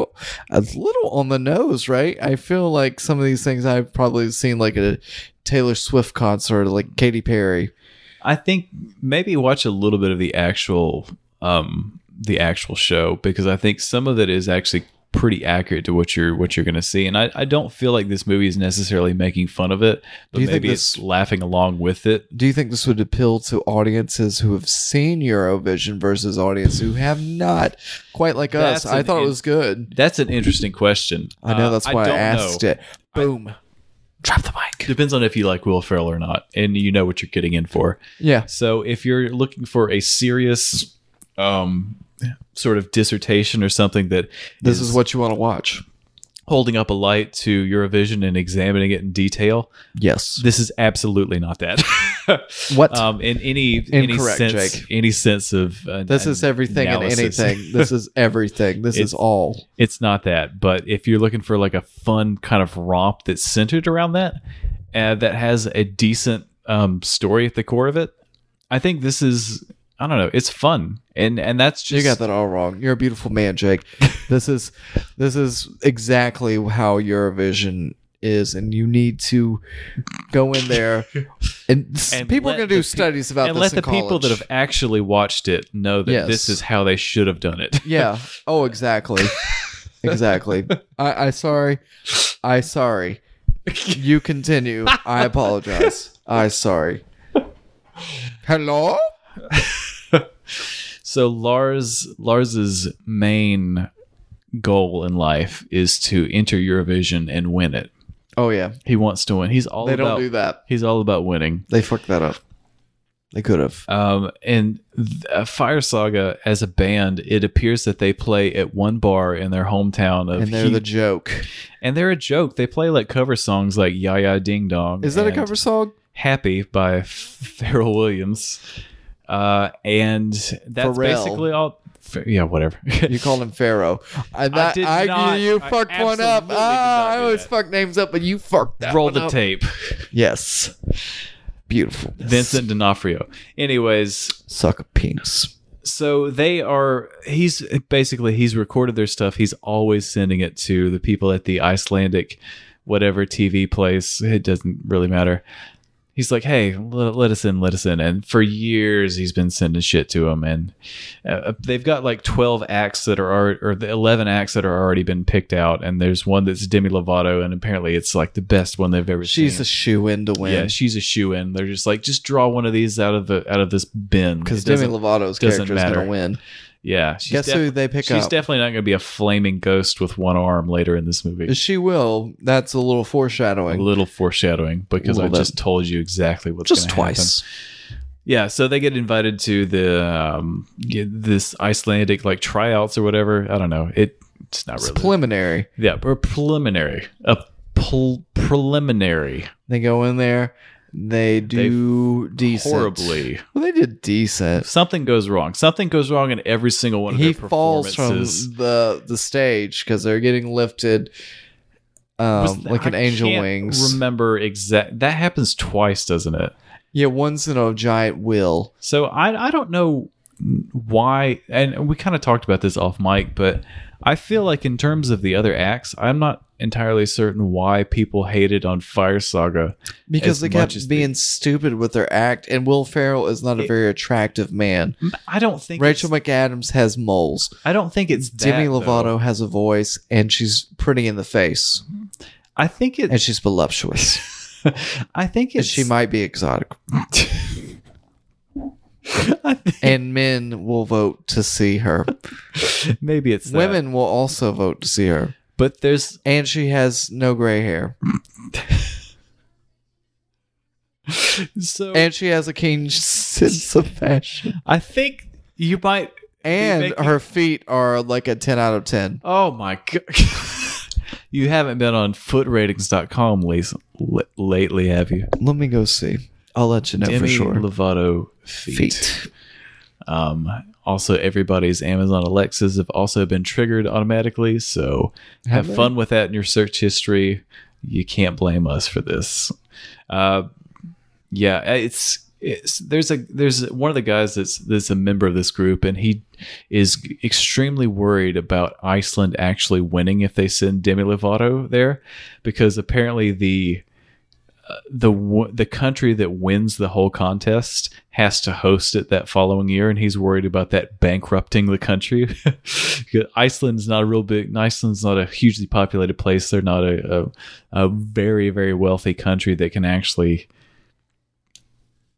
Speaker 2: a little on the nose, right? I feel like some of these things I've probably seen like a Taylor Swift concert, like Katy Perry.
Speaker 1: I think maybe watch a little bit of the actual um the actual show because I think some of it is actually pretty accurate to what you're what you're going to see and I, I don't feel like this movie is necessarily making fun of it but
Speaker 2: you think
Speaker 1: maybe
Speaker 2: this-
Speaker 1: it's laughing along with it
Speaker 2: Do you think this would appeal to audiences who have seen Eurovision versus audiences who have not? Quite like
Speaker 1: That's
Speaker 2: us. I
Speaker 1: an
Speaker 2: thought it
Speaker 1: in-
Speaker 2: was good.
Speaker 1: that's an interesting question
Speaker 2: I know
Speaker 1: Uh,
Speaker 2: that's why I,
Speaker 1: don't
Speaker 2: asked
Speaker 1: know.
Speaker 2: it. Boom. Drop the mic.
Speaker 1: depends on if you like Will Ferrell or not and you know what you're getting in for
Speaker 2: Yeah.
Speaker 1: So if you're looking for a serious um, sort of dissertation or something that
Speaker 2: This is what you want to watch.
Speaker 1: holding up a light to Eurovision and examining it in detail,
Speaker 2: Yes.
Speaker 1: this is absolutely not that.
Speaker 2: What?
Speaker 1: um, in any any
Speaker 2: Incorrect,
Speaker 1: sense,
Speaker 2: Jake.
Speaker 1: any sense of uh,
Speaker 2: this is everything
Speaker 1: analysis.
Speaker 2: and anything. This is everything. This is
Speaker 1: It's-
Speaker 2: all.
Speaker 1: It's not that, but if you're looking for like a fun kind of romp that's centered around that, uh, that has a decent um, story at the core of it, I think this is. I don't know. It's fun, and and that's
Speaker 2: You
Speaker 1: just
Speaker 2: got that all wrong. You're a beautiful man, Jake. this is this is exactly how Eurovision is, and you need to go in there. And, s-
Speaker 1: And
Speaker 2: people are
Speaker 1: let
Speaker 2: going to do
Speaker 1: the pe-
Speaker 2: studies about
Speaker 1: and
Speaker 2: this
Speaker 1: let
Speaker 2: in
Speaker 1: the people
Speaker 2: college.
Speaker 1: that have actually watched it know that
Speaker 2: Yes.
Speaker 1: this is how they should have done it.
Speaker 2: Yeah. Oh, exactly. exactly. I, I sorry. I sorry. You continue. I apologize. I sorry. Hello.
Speaker 1: So Lars Lars's main goal in life is to enter Eurovision and win it.
Speaker 2: Oh yeah.
Speaker 1: He wants to win. He's all
Speaker 2: They don't
Speaker 1: about
Speaker 2: do that.
Speaker 1: He's all about winning.
Speaker 2: They fucked that up. They could have.
Speaker 1: Um, and th- uh, Fire Saga as a band, it appears that they play at one bar in their hometown of
Speaker 2: And they're
Speaker 1: Heath-
Speaker 2: the joke.
Speaker 1: and they're a joke. They play like cover songs like Ya Ya Ding Dong.
Speaker 2: Is that a
Speaker 1: and
Speaker 2: cover song?
Speaker 1: Happy by Pharrell Williams. Uh, and that's
Speaker 2: Pharrell.
Speaker 1: basically all. F- Yeah, whatever.
Speaker 2: You called him Pharaoh. I, that,
Speaker 1: did
Speaker 2: I,
Speaker 1: not-
Speaker 2: you
Speaker 1: I
Speaker 2: fucked one
Speaker 1: absolutely did
Speaker 2: up.
Speaker 1: not
Speaker 2: Ah, I
Speaker 1: do
Speaker 2: always
Speaker 1: that.
Speaker 2: fuck names up, but you fucked that
Speaker 1: Roll
Speaker 2: one
Speaker 1: the
Speaker 2: up.
Speaker 1: tape.
Speaker 2: Yes. Beautiful.
Speaker 1: Vincent D'Onofrio. Anyways,
Speaker 2: Suck a penis.
Speaker 1: so they are he's basically he's recorded their stuff he's always sending it to the people at the icelandic whatever tv place it doesn't really matter he's like hey let, let us in let us in and for years he's been sending shit to them and uh, they've got like 12 acts that are alre- or the 11 acts that are already been picked out and there's one that's demi lovato and apparently it's like the best one they've ever
Speaker 2: She's
Speaker 1: seen
Speaker 2: a shoe in to win.
Speaker 1: yeah, she's a shoe in. They're just like, just draw one of these out of the out of this bin
Speaker 2: because
Speaker 1: It doesn't-
Speaker 2: Demi Lovato's
Speaker 1: doesn't
Speaker 2: character is going
Speaker 1: matter.
Speaker 2: to win.
Speaker 1: yeah, she's
Speaker 2: Guess who they pick
Speaker 1: she's
Speaker 2: up?
Speaker 1: definitely not going to be a flaming ghost with one arm later in this movie.
Speaker 2: she will. That's a little
Speaker 1: a
Speaker 2: foreshadowing.
Speaker 1: little foreshadowing because I
Speaker 2: Little bit.
Speaker 1: just told you exactly what's
Speaker 2: Just
Speaker 1: gonna happen.
Speaker 2: twice.
Speaker 1: Yeah, so they get invited to the um, yeah, this Icelandic like tryouts or whatever. I don't know. It, it's not
Speaker 2: It's
Speaker 1: really.
Speaker 2: preliminary.
Speaker 1: yeah, or preliminary. A pl- preliminary.
Speaker 2: They go in there. They do decent.
Speaker 1: Horribly,
Speaker 2: Well, they did decent.
Speaker 1: something goes wrong. Something goes wrong in every single one of
Speaker 2: He
Speaker 1: their
Speaker 2: falls from
Speaker 1: performances.
Speaker 2: the the stage because they're getting lifted,
Speaker 1: Was
Speaker 2: um,
Speaker 1: that-
Speaker 2: like an
Speaker 1: I
Speaker 2: angel
Speaker 1: can't
Speaker 2: wings.
Speaker 1: Remember exact that happens twice, doesn't it?
Speaker 2: yeah, one's in a giant wheel.
Speaker 1: So I I don't know why, and we kind of talked about this off mic, but I feel like in terms of the other acts, I'm not entirely certain why people hated on Fire Saga.
Speaker 2: Because
Speaker 1: As
Speaker 2: they
Speaker 1: much
Speaker 2: kept
Speaker 1: as they-
Speaker 2: being stupid with their act, and Will Ferrell is not a very attractive man.
Speaker 1: I don't think
Speaker 2: Rachel
Speaker 1: It's,
Speaker 2: McAdams has moles.
Speaker 1: I don't think it's that,
Speaker 2: Demi
Speaker 1: though.
Speaker 2: Lovato has a voice, and she's pretty in the face,
Speaker 1: I think
Speaker 2: and
Speaker 1: it.
Speaker 2: she's voluptuous,
Speaker 1: I think
Speaker 2: and
Speaker 1: it's.
Speaker 2: she might be exotic. and men will vote to see her.
Speaker 1: maybe it's that.
Speaker 2: Women will also vote to see her,
Speaker 1: but there's
Speaker 2: and she has no gray hair,
Speaker 1: so
Speaker 2: and she has a keen sense of fashion,
Speaker 1: I think you might.
Speaker 2: and
Speaker 1: making-
Speaker 2: her feet are like a ten out of ten.
Speaker 1: Oh my god. You haven't been on footratings.com Lisa, l- lately, have you?
Speaker 2: Let me go see. I'll let you know for
Speaker 1: Demi
Speaker 2: sure.
Speaker 1: Lovato feet. Um, also, everybody's Amazon Alexas have also been triggered automatically. So have,
Speaker 2: they?
Speaker 1: fun with that in your search history. You can't blame us for this. Uh, yeah, uh, it's. It's, there's a there's one of the guys that's that's a member of this group and he is extremely worried about Iceland actually winning if they send Demi Lovato there because apparently the the w- the country that wins the whole contest has to host it that following year, and he's worried about that bankrupting the country. 'Cause Iceland's not a real big. Iceland's not a hugely populated place. They're not a a, a very very wealthy country that can actually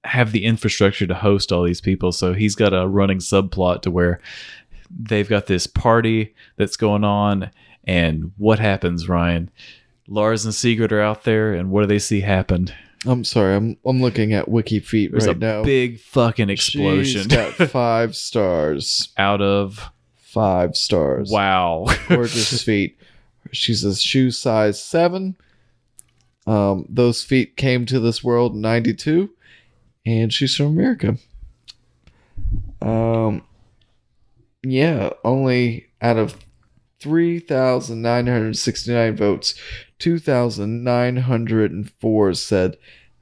Speaker 1: have the infrastructure to host all these people. So he's got a running subplot to where they've got this party that's going on, and what happens, Ryan? Lars and Sigrid are out there, and what do they see happen?
Speaker 2: I'm sorry. I'm I'm looking at Wiki Feet
Speaker 1: There's
Speaker 2: right
Speaker 1: a
Speaker 2: now.
Speaker 1: big fucking
Speaker 2: She's
Speaker 1: explosion
Speaker 2: got five stars.
Speaker 1: out of
Speaker 2: Five stars.
Speaker 1: wow.
Speaker 2: Gorgeous feet. She's a shoe size seven. Um, those feet came to this world in '92, and she's from America. Um, yeah, only out of three thousand nine hundred sixty-nine votes, two thousand nine hundred and four said it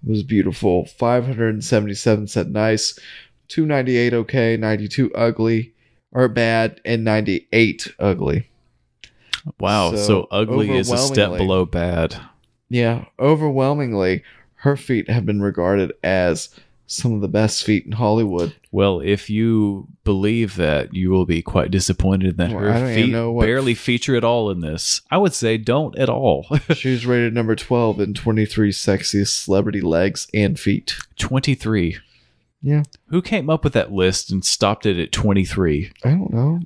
Speaker 2: was beautiful. Five hundred seventy-seven said nice. 298 okay, 92 ugly or bad, and 98 ugly.
Speaker 1: Wow. So,
Speaker 2: So,
Speaker 1: ugly is a step
Speaker 2: overwhelmingly-
Speaker 1: below bad.
Speaker 2: Yeah, overwhelmingly, her feet have been regarded as some of the best feet in Hollywood.
Speaker 1: Well, if you believe that, you will be quite disappointed that
Speaker 2: Well, I
Speaker 1: her
Speaker 2: don't even
Speaker 1: feet
Speaker 2: know what-
Speaker 1: barely feature at all in this. I would say don't at all.
Speaker 2: She was rated number 12 in 23 sexiest celebrity legs and feet.
Speaker 1: 23.
Speaker 2: Yeah,
Speaker 1: Who came up with that list and stopped it at 23?
Speaker 2: I don't know.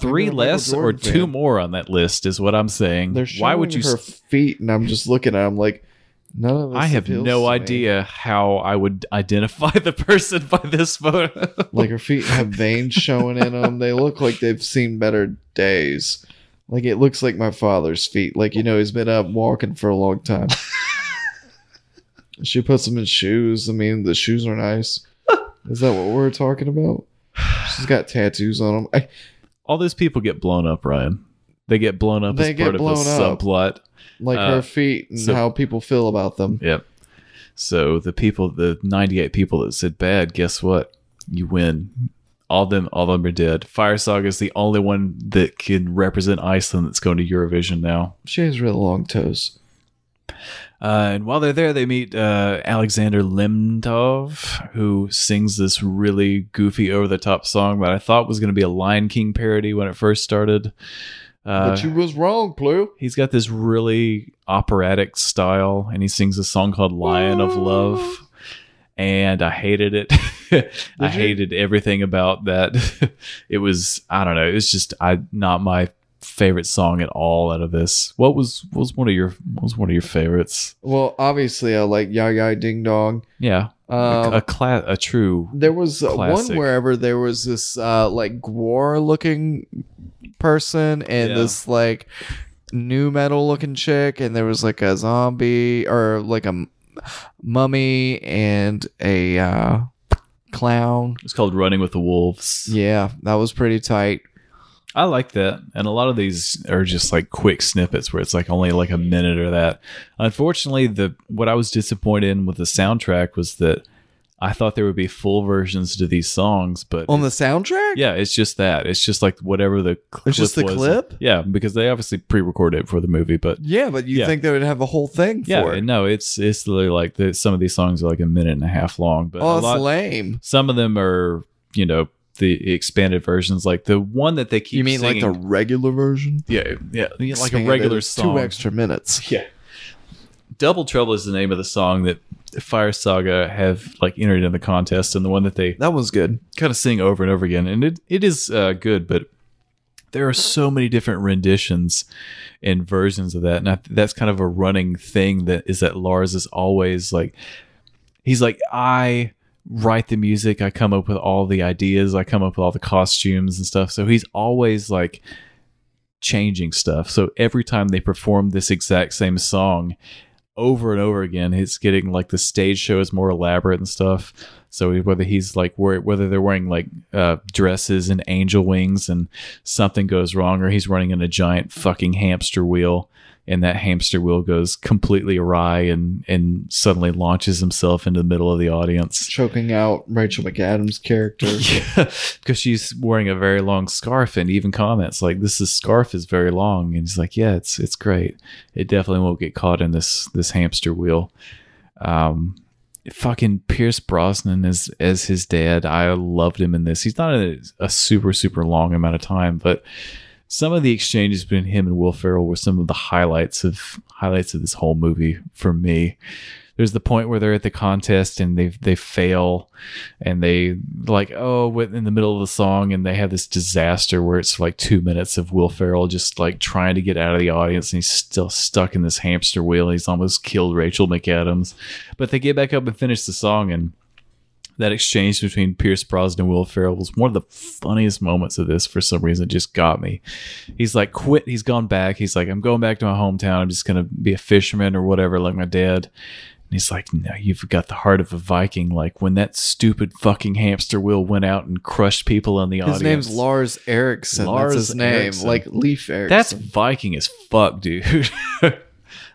Speaker 1: Three
Speaker 2: Michael
Speaker 1: less or
Speaker 2: Jordan
Speaker 1: two
Speaker 2: fan.
Speaker 1: more on that list is what I'm saying.
Speaker 2: They're
Speaker 1: Why would you?
Speaker 2: her
Speaker 1: s-
Speaker 2: feet, and I'm just looking at. them like, none of this.
Speaker 1: I have
Speaker 2: appeals
Speaker 1: no
Speaker 2: to me.
Speaker 1: idea how I would identify the person by this photo.
Speaker 2: Like her feet have veins showing in them. They look like they've seen better days. Like it looks like my father's feet. Like you know, he's been up walking for a long time. she puts them in shoes. I mean, the shoes are nice. Is that what we're talking about? She's got tattoos on them. I,
Speaker 1: All those people get blown up, Ryan. They get blown up
Speaker 2: They
Speaker 1: as
Speaker 2: get
Speaker 1: part of a
Speaker 2: blown up.
Speaker 1: subplot.
Speaker 2: like
Speaker 1: Uh,
Speaker 2: her feet and
Speaker 1: so-
Speaker 2: how people feel about them.
Speaker 1: Yep. So the people, the 98 people that said bad, guess what? You win. All them, all them are dead. Fire Saga is the only one that can represent Iceland that's going to Eurovision now.
Speaker 2: She has really long toes.
Speaker 1: Uh, and while they're there, they meet uh, Alexander Lemtov, who sings this really goofy, over the top song that I thought was going to be a Lion King parody when it first started. Uh,
Speaker 2: but you was wrong, Blue.
Speaker 1: he's got this really operatic style, and he sings a song called Lion of Love. And I hated it. I
Speaker 2: you?
Speaker 1: hated everything about that. it was, I don't know, it was just I not my favorite song at all out of this. What was what was one of your what was one of your favorites?
Speaker 2: Well, obviously, I like Ya Ya Ding Dong.
Speaker 1: Yeah,
Speaker 2: Um,
Speaker 1: a, a, cla- a true.
Speaker 2: there was uh, one
Speaker 1: classic.
Speaker 2: wherever there was this uh, like Gwar looking person and
Speaker 1: Yeah.
Speaker 2: this like new metal looking chick, and there was like a zombie or like a m- mummy and a uh, clown.
Speaker 1: It's called Running with the Wolves.
Speaker 2: Yeah, that was pretty tight.
Speaker 1: I like that. And a lot of these are just like quick snippets where it's like only like a minute or that. Unfortunately, the what I was disappointed in with the soundtrack was that I thought there would be full versions to these songs, but
Speaker 2: On the soundtrack?
Speaker 1: yeah, it's just that. It's just like whatever the clip
Speaker 2: It's just the
Speaker 1: was.
Speaker 2: clip?
Speaker 1: Yeah, because they obviously pre-recorded it for the movie, but
Speaker 2: Yeah, but you
Speaker 1: Yeah.
Speaker 2: think they would have a whole thing for
Speaker 1: yeah,
Speaker 2: it?
Speaker 1: no, it's it's literally like the, some of these songs are like a minute and a half long, but
Speaker 2: oh,
Speaker 1: a
Speaker 2: it's
Speaker 1: lot,
Speaker 2: lame.
Speaker 1: some of them are, you know, the expanded versions like the one that they keep
Speaker 2: You mean
Speaker 1: singing,
Speaker 2: like the regular version?
Speaker 1: yeah, yeah, yeah, like a
Speaker 2: Expanded,
Speaker 1: regular
Speaker 2: it's
Speaker 1: song.
Speaker 2: Two extra minutes.
Speaker 1: Yeah. Double Trouble is the name of the song that Fire Saga have like entered in the contest, and the one that they
Speaker 2: That one's good.
Speaker 1: kind of sing over and over again, and it it is uh, good, but there are so many different renditions and versions of that, and I, that's kind of a running thing that is that Lars is always like, he's like I write the music, I come up with all the ideas, I come up with all the costumes and stuff, so he's always like changing stuff. So every time they perform this exact same song over and over again, it's getting like the stage show is more elaborate and stuff. So whether he's like wear- whether they're wearing like uh, dresses and angel wings and something goes wrong, or he's running in a giant fucking hamster wheel and that hamster wheel goes completely awry and and suddenly launches himself into the middle of the audience
Speaker 2: choking out Rachel McAdams' character.
Speaker 1: because she's wearing a very long scarf and even comments like this is scarf is very long and he's like yeah it's it's great it definitely won't get caught in this this hamster wheel um fucking pierce brosnan as as his dad i loved him in this he's not in a, a super super long amount of time but some of the exchanges between him and will ferrell were some of the highlights of highlights of this whole movie for me there's the point where they're at the contest and they they fail and they like oh with- in the middle of the song and they have this disaster where it's like two minutes of will ferrell just like trying to get out of the audience and he's still stuck in this hamster wheel he's almost killed rachel mcadams but they get back up and finish the song and that exchange between Pierce Brosnan and Will Ferrell was one of the funniest moments of this for some reason. It just got me. He's like, quit. He's gone back. He's like, I'm going back to my hometown. I'm just going to be a fisherman or whatever, like my dad. And he's like, No, you've got the heart of a Viking. Like when that stupid fucking hamster wheel went out and crushed people in the
Speaker 2: His
Speaker 1: audience.
Speaker 2: name's Lars Erickson.
Speaker 1: Lars
Speaker 2: That's his name.
Speaker 1: Erickson.
Speaker 2: Like Leaf Erickson.
Speaker 1: That's Viking as fuck, dude.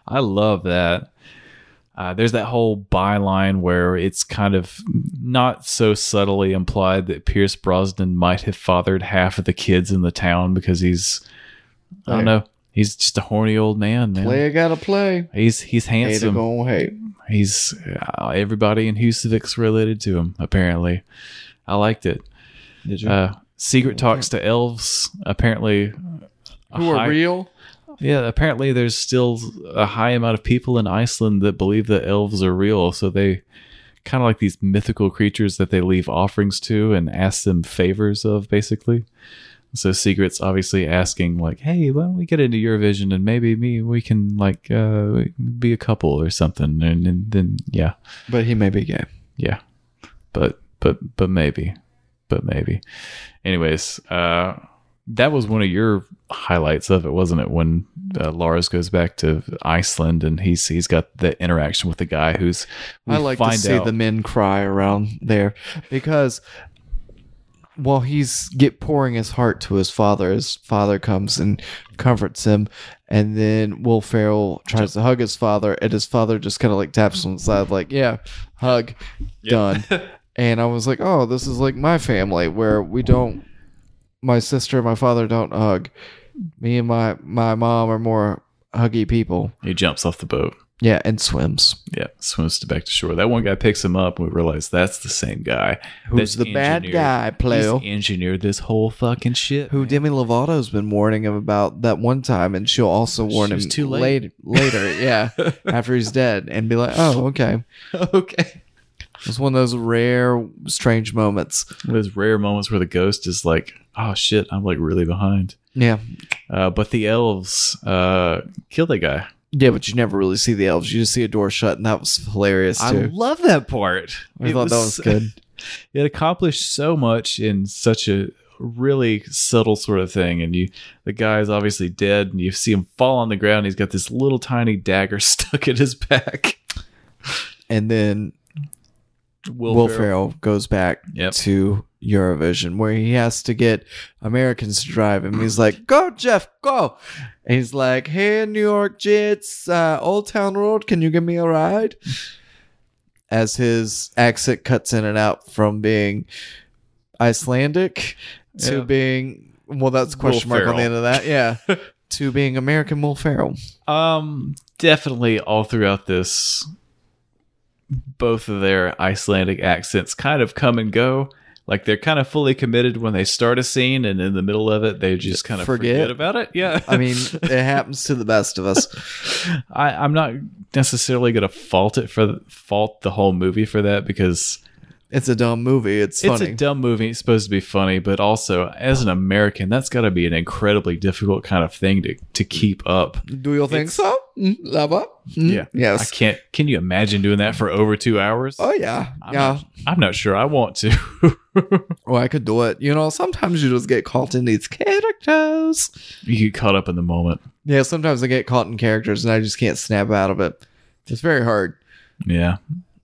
Speaker 1: I love that. Uh, there's that whole byline where it's kind of not so subtly implied that Pierce Brosnan might have fathered half of the kids in the town because he's, I don't know, he's just a horny old man, man.
Speaker 2: Player gotta play.
Speaker 1: He's he's
Speaker 2: Hate to
Speaker 1: handsome.
Speaker 2: go hate.
Speaker 1: He's uh, everybody in Husevic's related to him. Apparently, I liked it.
Speaker 2: Did you?
Speaker 1: Uh, secret talks to elves. Apparently, a
Speaker 2: Who
Speaker 1: high-
Speaker 2: are real?
Speaker 1: Yeah, apparently there's still a high amount of people in Iceland that believe that elves are real. So they kind of like these mythical creatures that they leave offerings to and ask them favors of, basically. So Secret's obviously asking, like, hey, why don't we get into your vision and maybe me, we can like uh, be a couple or something. And, and then, yeah,
Speaker 2: But he may be gay.
Speaker 1: yeah. But, but, but maybe. But maybe. Anyways, uh, that was one of your highlights of it, wasn't it? When uh, Lars goes back to Iceland and he's he's got the interaction with the guy who's we
Speaker 2: I like to see
Speaker 1: out-
Speaker 2: the men cry around there because while he's get pouring his heart to his father, his father comes and comforts him, and then Will Ferrell tries to hug his father, and his father just kind of like taps him on the side, like "Yeah, hug, done." and I was like, "Oh, this is like my family where we don't, my sister and my father don't hug. Me and my my mom are more huggy people.
Speaker 1: He jumps off the boat.
Speaker 2: Yeah, and swims."
Speaker 1: Yeah, swims to back to shore. That one guy picks him up. And we realize that's the same guy
Speaker 2: Who's
Speaker 1: that's
Speaker 2: the bad
Speaker 1: engineered-
Speaker 2: guy, Playo?
Speaker 1: He's engineered this whole fucking shit.
Speaker 2: Who
Speaker 1: man.
Speaker 2: Demi Lovato's been warning him about that one time, and she'll also warn
Speaker 1: She
Speaker 2: him
Speaker 1: was too late.
Speaker 2: late- later, yeah, after he's dead, and be like, "Oh, okay."
Speaker 1: okay.
Speaker 2: It was one of those rare, strange moments.
Speaker 1: Those rare moments where the ghost is like, "Oh shit, I'm like really behind."
Speaker 2: Yeah,
Speaker 1: Uh, but the elves uh, kill that guy.
Speaker 2: yeah, but you never really see the elves. You just see a door shut, and that was hilarious too.
Speaker 1: love that part.
Speaker 2: I thought that was good.
Speaker 1: It accomplished so much in such a really subtle sort of thing. And you, the guy is obviously dead, and you see him fall on the ground. He's got this little tiny dagger stuck in his back.
Speaker 2: And then Will, Ferrell goes back
Speaker 1: Yep.
Speaker 2: to Eurovision where he has to get Americans to drive him. He's like, "Go, Jeff, go!" And he's like, "Hey, New York Jets, uh, Old Town Road, can you give me a ride?" As his accent cuts in and out from being Icelandic to
Speaker 1: Yeah.
Speaker 2: being well, that's a
Speaker 1: Will
Speaker 2: question mark on the end
Speaker 1: Ferrell.
Speaker 2: of that, yeah, to being American Will Ferrell.
Speaker 1: Um, definitely all throughout this, both of their Icelandic accents kind of come and go. Like they're kind of fully committed when they start a scene, and in the middle of it, they just kind of
Speaker 2: Forget.
Speaker 1: forget, about it. Yeah,
Speaker 2: I mean, it happens to the best of us.
Speaker 1: I, I'm not necessarily gonna fault it for fault the whole movie for that because
Speaker 2: It's a dumb movie. It's funny.
Speaker 1: it's a dumb movie. It's supposed to be funny, but also as an American, that's got to be an incredibly difficult kind of thing to to keep up.
Speaker 2: Do you think so? Mm, lover? Mm,
Speaker 1: Yeah. I
Speaker 2: Mm-hmm. Yes.
Speaker 1: can't. Can you imagine doing that for over two hours?
Speaker 2: Oh yeah.
Speaker 1: I'm
Speaker 2: yeah.
Speaker 1: Not, I'm not sure I want to.
Speaker 2: Oh, I could do it. You know, sometimes you just get caught in these characters.
Speaker 1: you get caught up in the moment.
Speaker 2: Yeah, sometimes I get caught in characters and I just can't snap out of it. It's very hard.
Speaker 1: Yeah.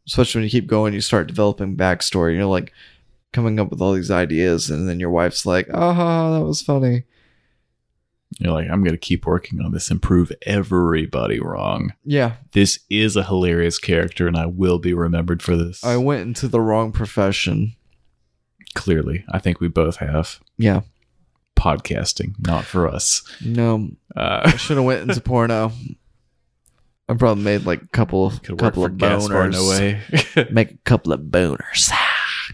Speaker 2: Especially when you keep going, you start developing backstory. You're like coming up with all these ideas, and then your wife's like, Oh, that was funny.
Speaker 1: You're like, I'm going to keep working on this and prove everybody wrong.
Speaker 2: Yeah.
Speaker 1: This is a hilarious character and I will be remembered for this.
Speaker 2: I went into the wrong profession.
Speaker 1: Clearly, I think we both have
Speaker 2: Yeah.
Speaker 1: podcasting, not for us.
Speaker 2: No.
Speaker 1: Uh,
Speaker 2: I should have went into porno. I probably made like a couple
Speaker 1: could work
Speaker 2: couple
Speaker 1: for
Speaker 2: of
Speaker 1: Gaspar
Speaker 2: boners.
Speaker 1: Noé.
Speaker 2: Make a couple of boners.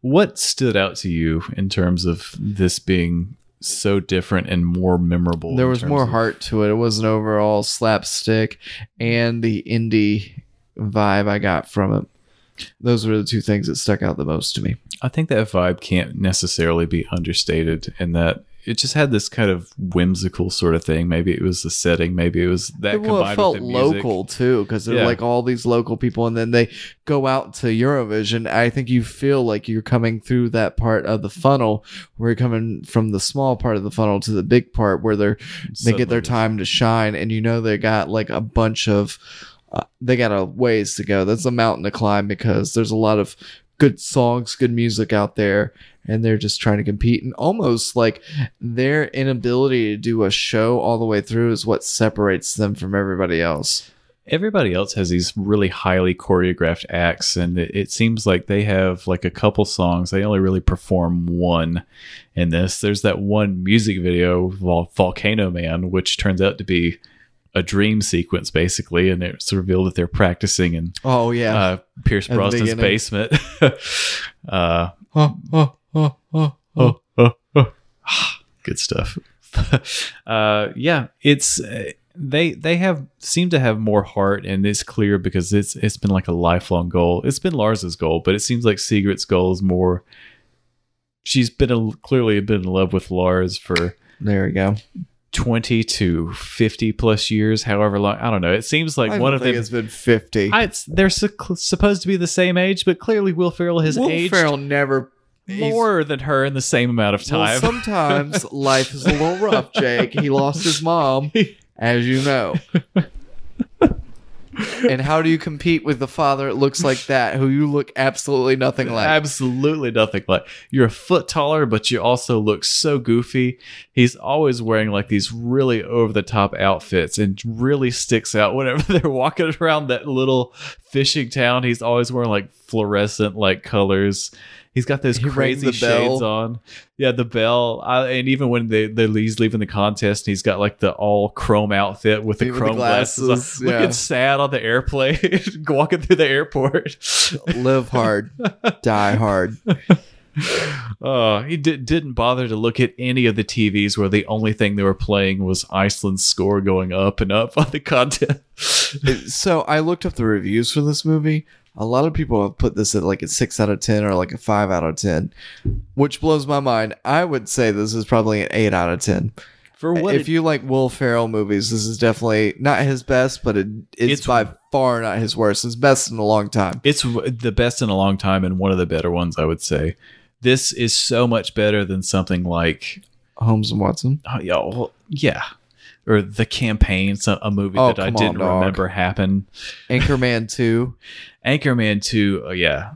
Speaker 1: what stood out to you in terms of this being so different and more memorable?
Speaker 2: There
Speaker 1: in
Speaker 2: was
Speaker 1: terms
Speaker 2: more
Speaker 1: of-
Speaker 2: heart to it. It was an overall slapstick and the indie vibe I got from it. Those were the two things that stuck out the most to me.
Speaker 1: I think that vibe can't necessarily be understated in that it just had this kind of whimsical sort of thing. Maybe it was the setting, maybe it was that
Speaker 2: well,
Speaker 1: combined
Speaker 2: it felt
Speaker 1: with the music.
Speaker 2: local too, because they're
Speaker 1: Yeah.
Speaker 2: like all these local people, and then they go out to Eurovision. I think you feel like you're coming through that part of the funnel, where you're coming from the small part of the funnel to the big part, where they're they get their
Speaker 1: Suddenly.
Speaker 2: time to shine, and you know they got like a bunch of uh, they got a ways to go. That's a mountain to climb because there's a lot of good songs, good music out there, and they're just trying to compete. And almost like their inability to do a show all the way through is what separates them from everybody else.
Speaker 1: everybody else has these really highly choreographed acts and it, it seems like they have like a couple songs they only really perform one in this there's that one music video Vol- volcano man which turns out to be a dream sequence basically and it's revealed that they're practicing in
Speaker 2: Oh yeah.
Speaker 1: uh, pierce
Speaker 2: At the
Speaker 1: brosnan's
Speaker 2: beginning.
Speaker 1: basement uh,
Speaker 2: oh, oh, oh, oh, oh.
Speaker 1: oh, oh, oh. good stuff uh yeah it's uh, they they have seem to have more heart and it's clear because it's it's been like a lifelong goal it's been lars's goal but it seems like Sigrid's goal is more she's been a, clearly been in love with lars for
Speaker 2: There we go.
Speaker 1: 20 to 50 plus years however long i don't know it seems like
Speaker 2: I
Speaker 1: one
Speaker 2: don't
Speaker 1: of
Speaker 2: think
Speaker 1: them
Speaker 2: has been fifty.
Speaker 1: I, it's, they're su- supposed to be the same age but clearly will ferrell has
Speaker 2: Will
Speaker 1: aged
Speaker 2: Ferrell never he's-
Speaker 1: more than her in the same amount of
Speaker 2: Well,
Speaker 1: time
Speaker 2: sometimes life is a little rough, Jake. He lost his mom, as you know. and how do you compete with the father that looks like that, who you look absolutely nothing like?
Speaker 1: Absolutely nothing like. You're a foot taller, but you also look so goofy. He's always wearing like these really over the top outfits and really sticks out whenever they're walking around that little fishing town. He's always wearing like fluorescent like colors. He's got those
Speaker 2: He rang
Speaker 1: crazy
Speaker 2: the bell.
Speaker 1: shades on. Yeah, the bell. I, and even when they, they he's leaving the contest, he's got like the all chrome outfit with the
Speaker 2: With the
Speaker 1: chrome glasses, on.
Speaker 2: glasses, yeah.
Speaker 1: looking sad on the airplane, walking through the airport.
Speaker 2: Live hard, die hard.
Speaker 1: Oh, he di- didn't bother to look at any of the TVs where the only thing they were playing was Iceland's score going up and up on the content.
Speaker 2: So I looked up the reviews for this movie. A lot of people have put this at like a six out of ten or like a five out of ten, which blows my mind. I would say this is probably an eight out of ten.
Speaker 1: For what
Speaker 2: Uh, if
Speaker 1: it-
Speaker 2: you like Will Ferrell movies, this is definitely not his best, but it, it's,
Speaker 1: It's-
Speaker 2: by far not his worst. It's best in a long time.
Speaker 1: it's w- the best in a long time and one of the better ones, I would say. This is so much better than something like,
Speaker 2: Holmes and Watson.
Speaker 1: oh, yeah, well, yeah. or the campaign, so- a movie
Speaker 2: Oh,
Speaker 1: that I
Speaker 2: come on,
Speaker 1: didn't
Speaker 2: dog.
Speaker 1: remember happened.
Speaker 2: Anchorman 2.
Speaker 1: Anchorman 2, oh, yeah.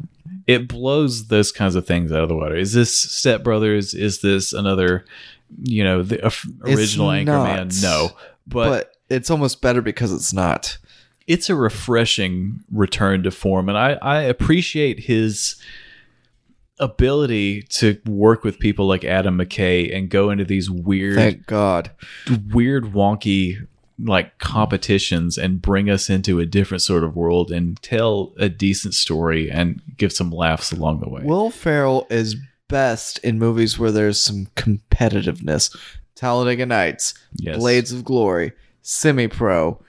Speaker 1: It blows those kinds of things out of the water. Is this Step Brothers? Is this another, you know, the uh, original
Speaker 2: not,
Speaker 1: Anchorman? No.
Speaker 2: But,
Speaker 1: But,
Speaker 2: it's almost better because it's not.
Speaker 1: it's a refreshing return to form. And I, I appreciate his ability to work with people like Adam McKay and go into these weird
Speaker 2: Thank God.
Speaker 1: weird wonky like competitions and bring us into a different sort of world and tell a decent story and give some laughs along the way.
Speaker 2: Will Ferrell is best in movies where there's some competitiveness. Talladega Nights,
Speaker 1: yes.
Speaker 2: Blades of Glory, Semi Pro,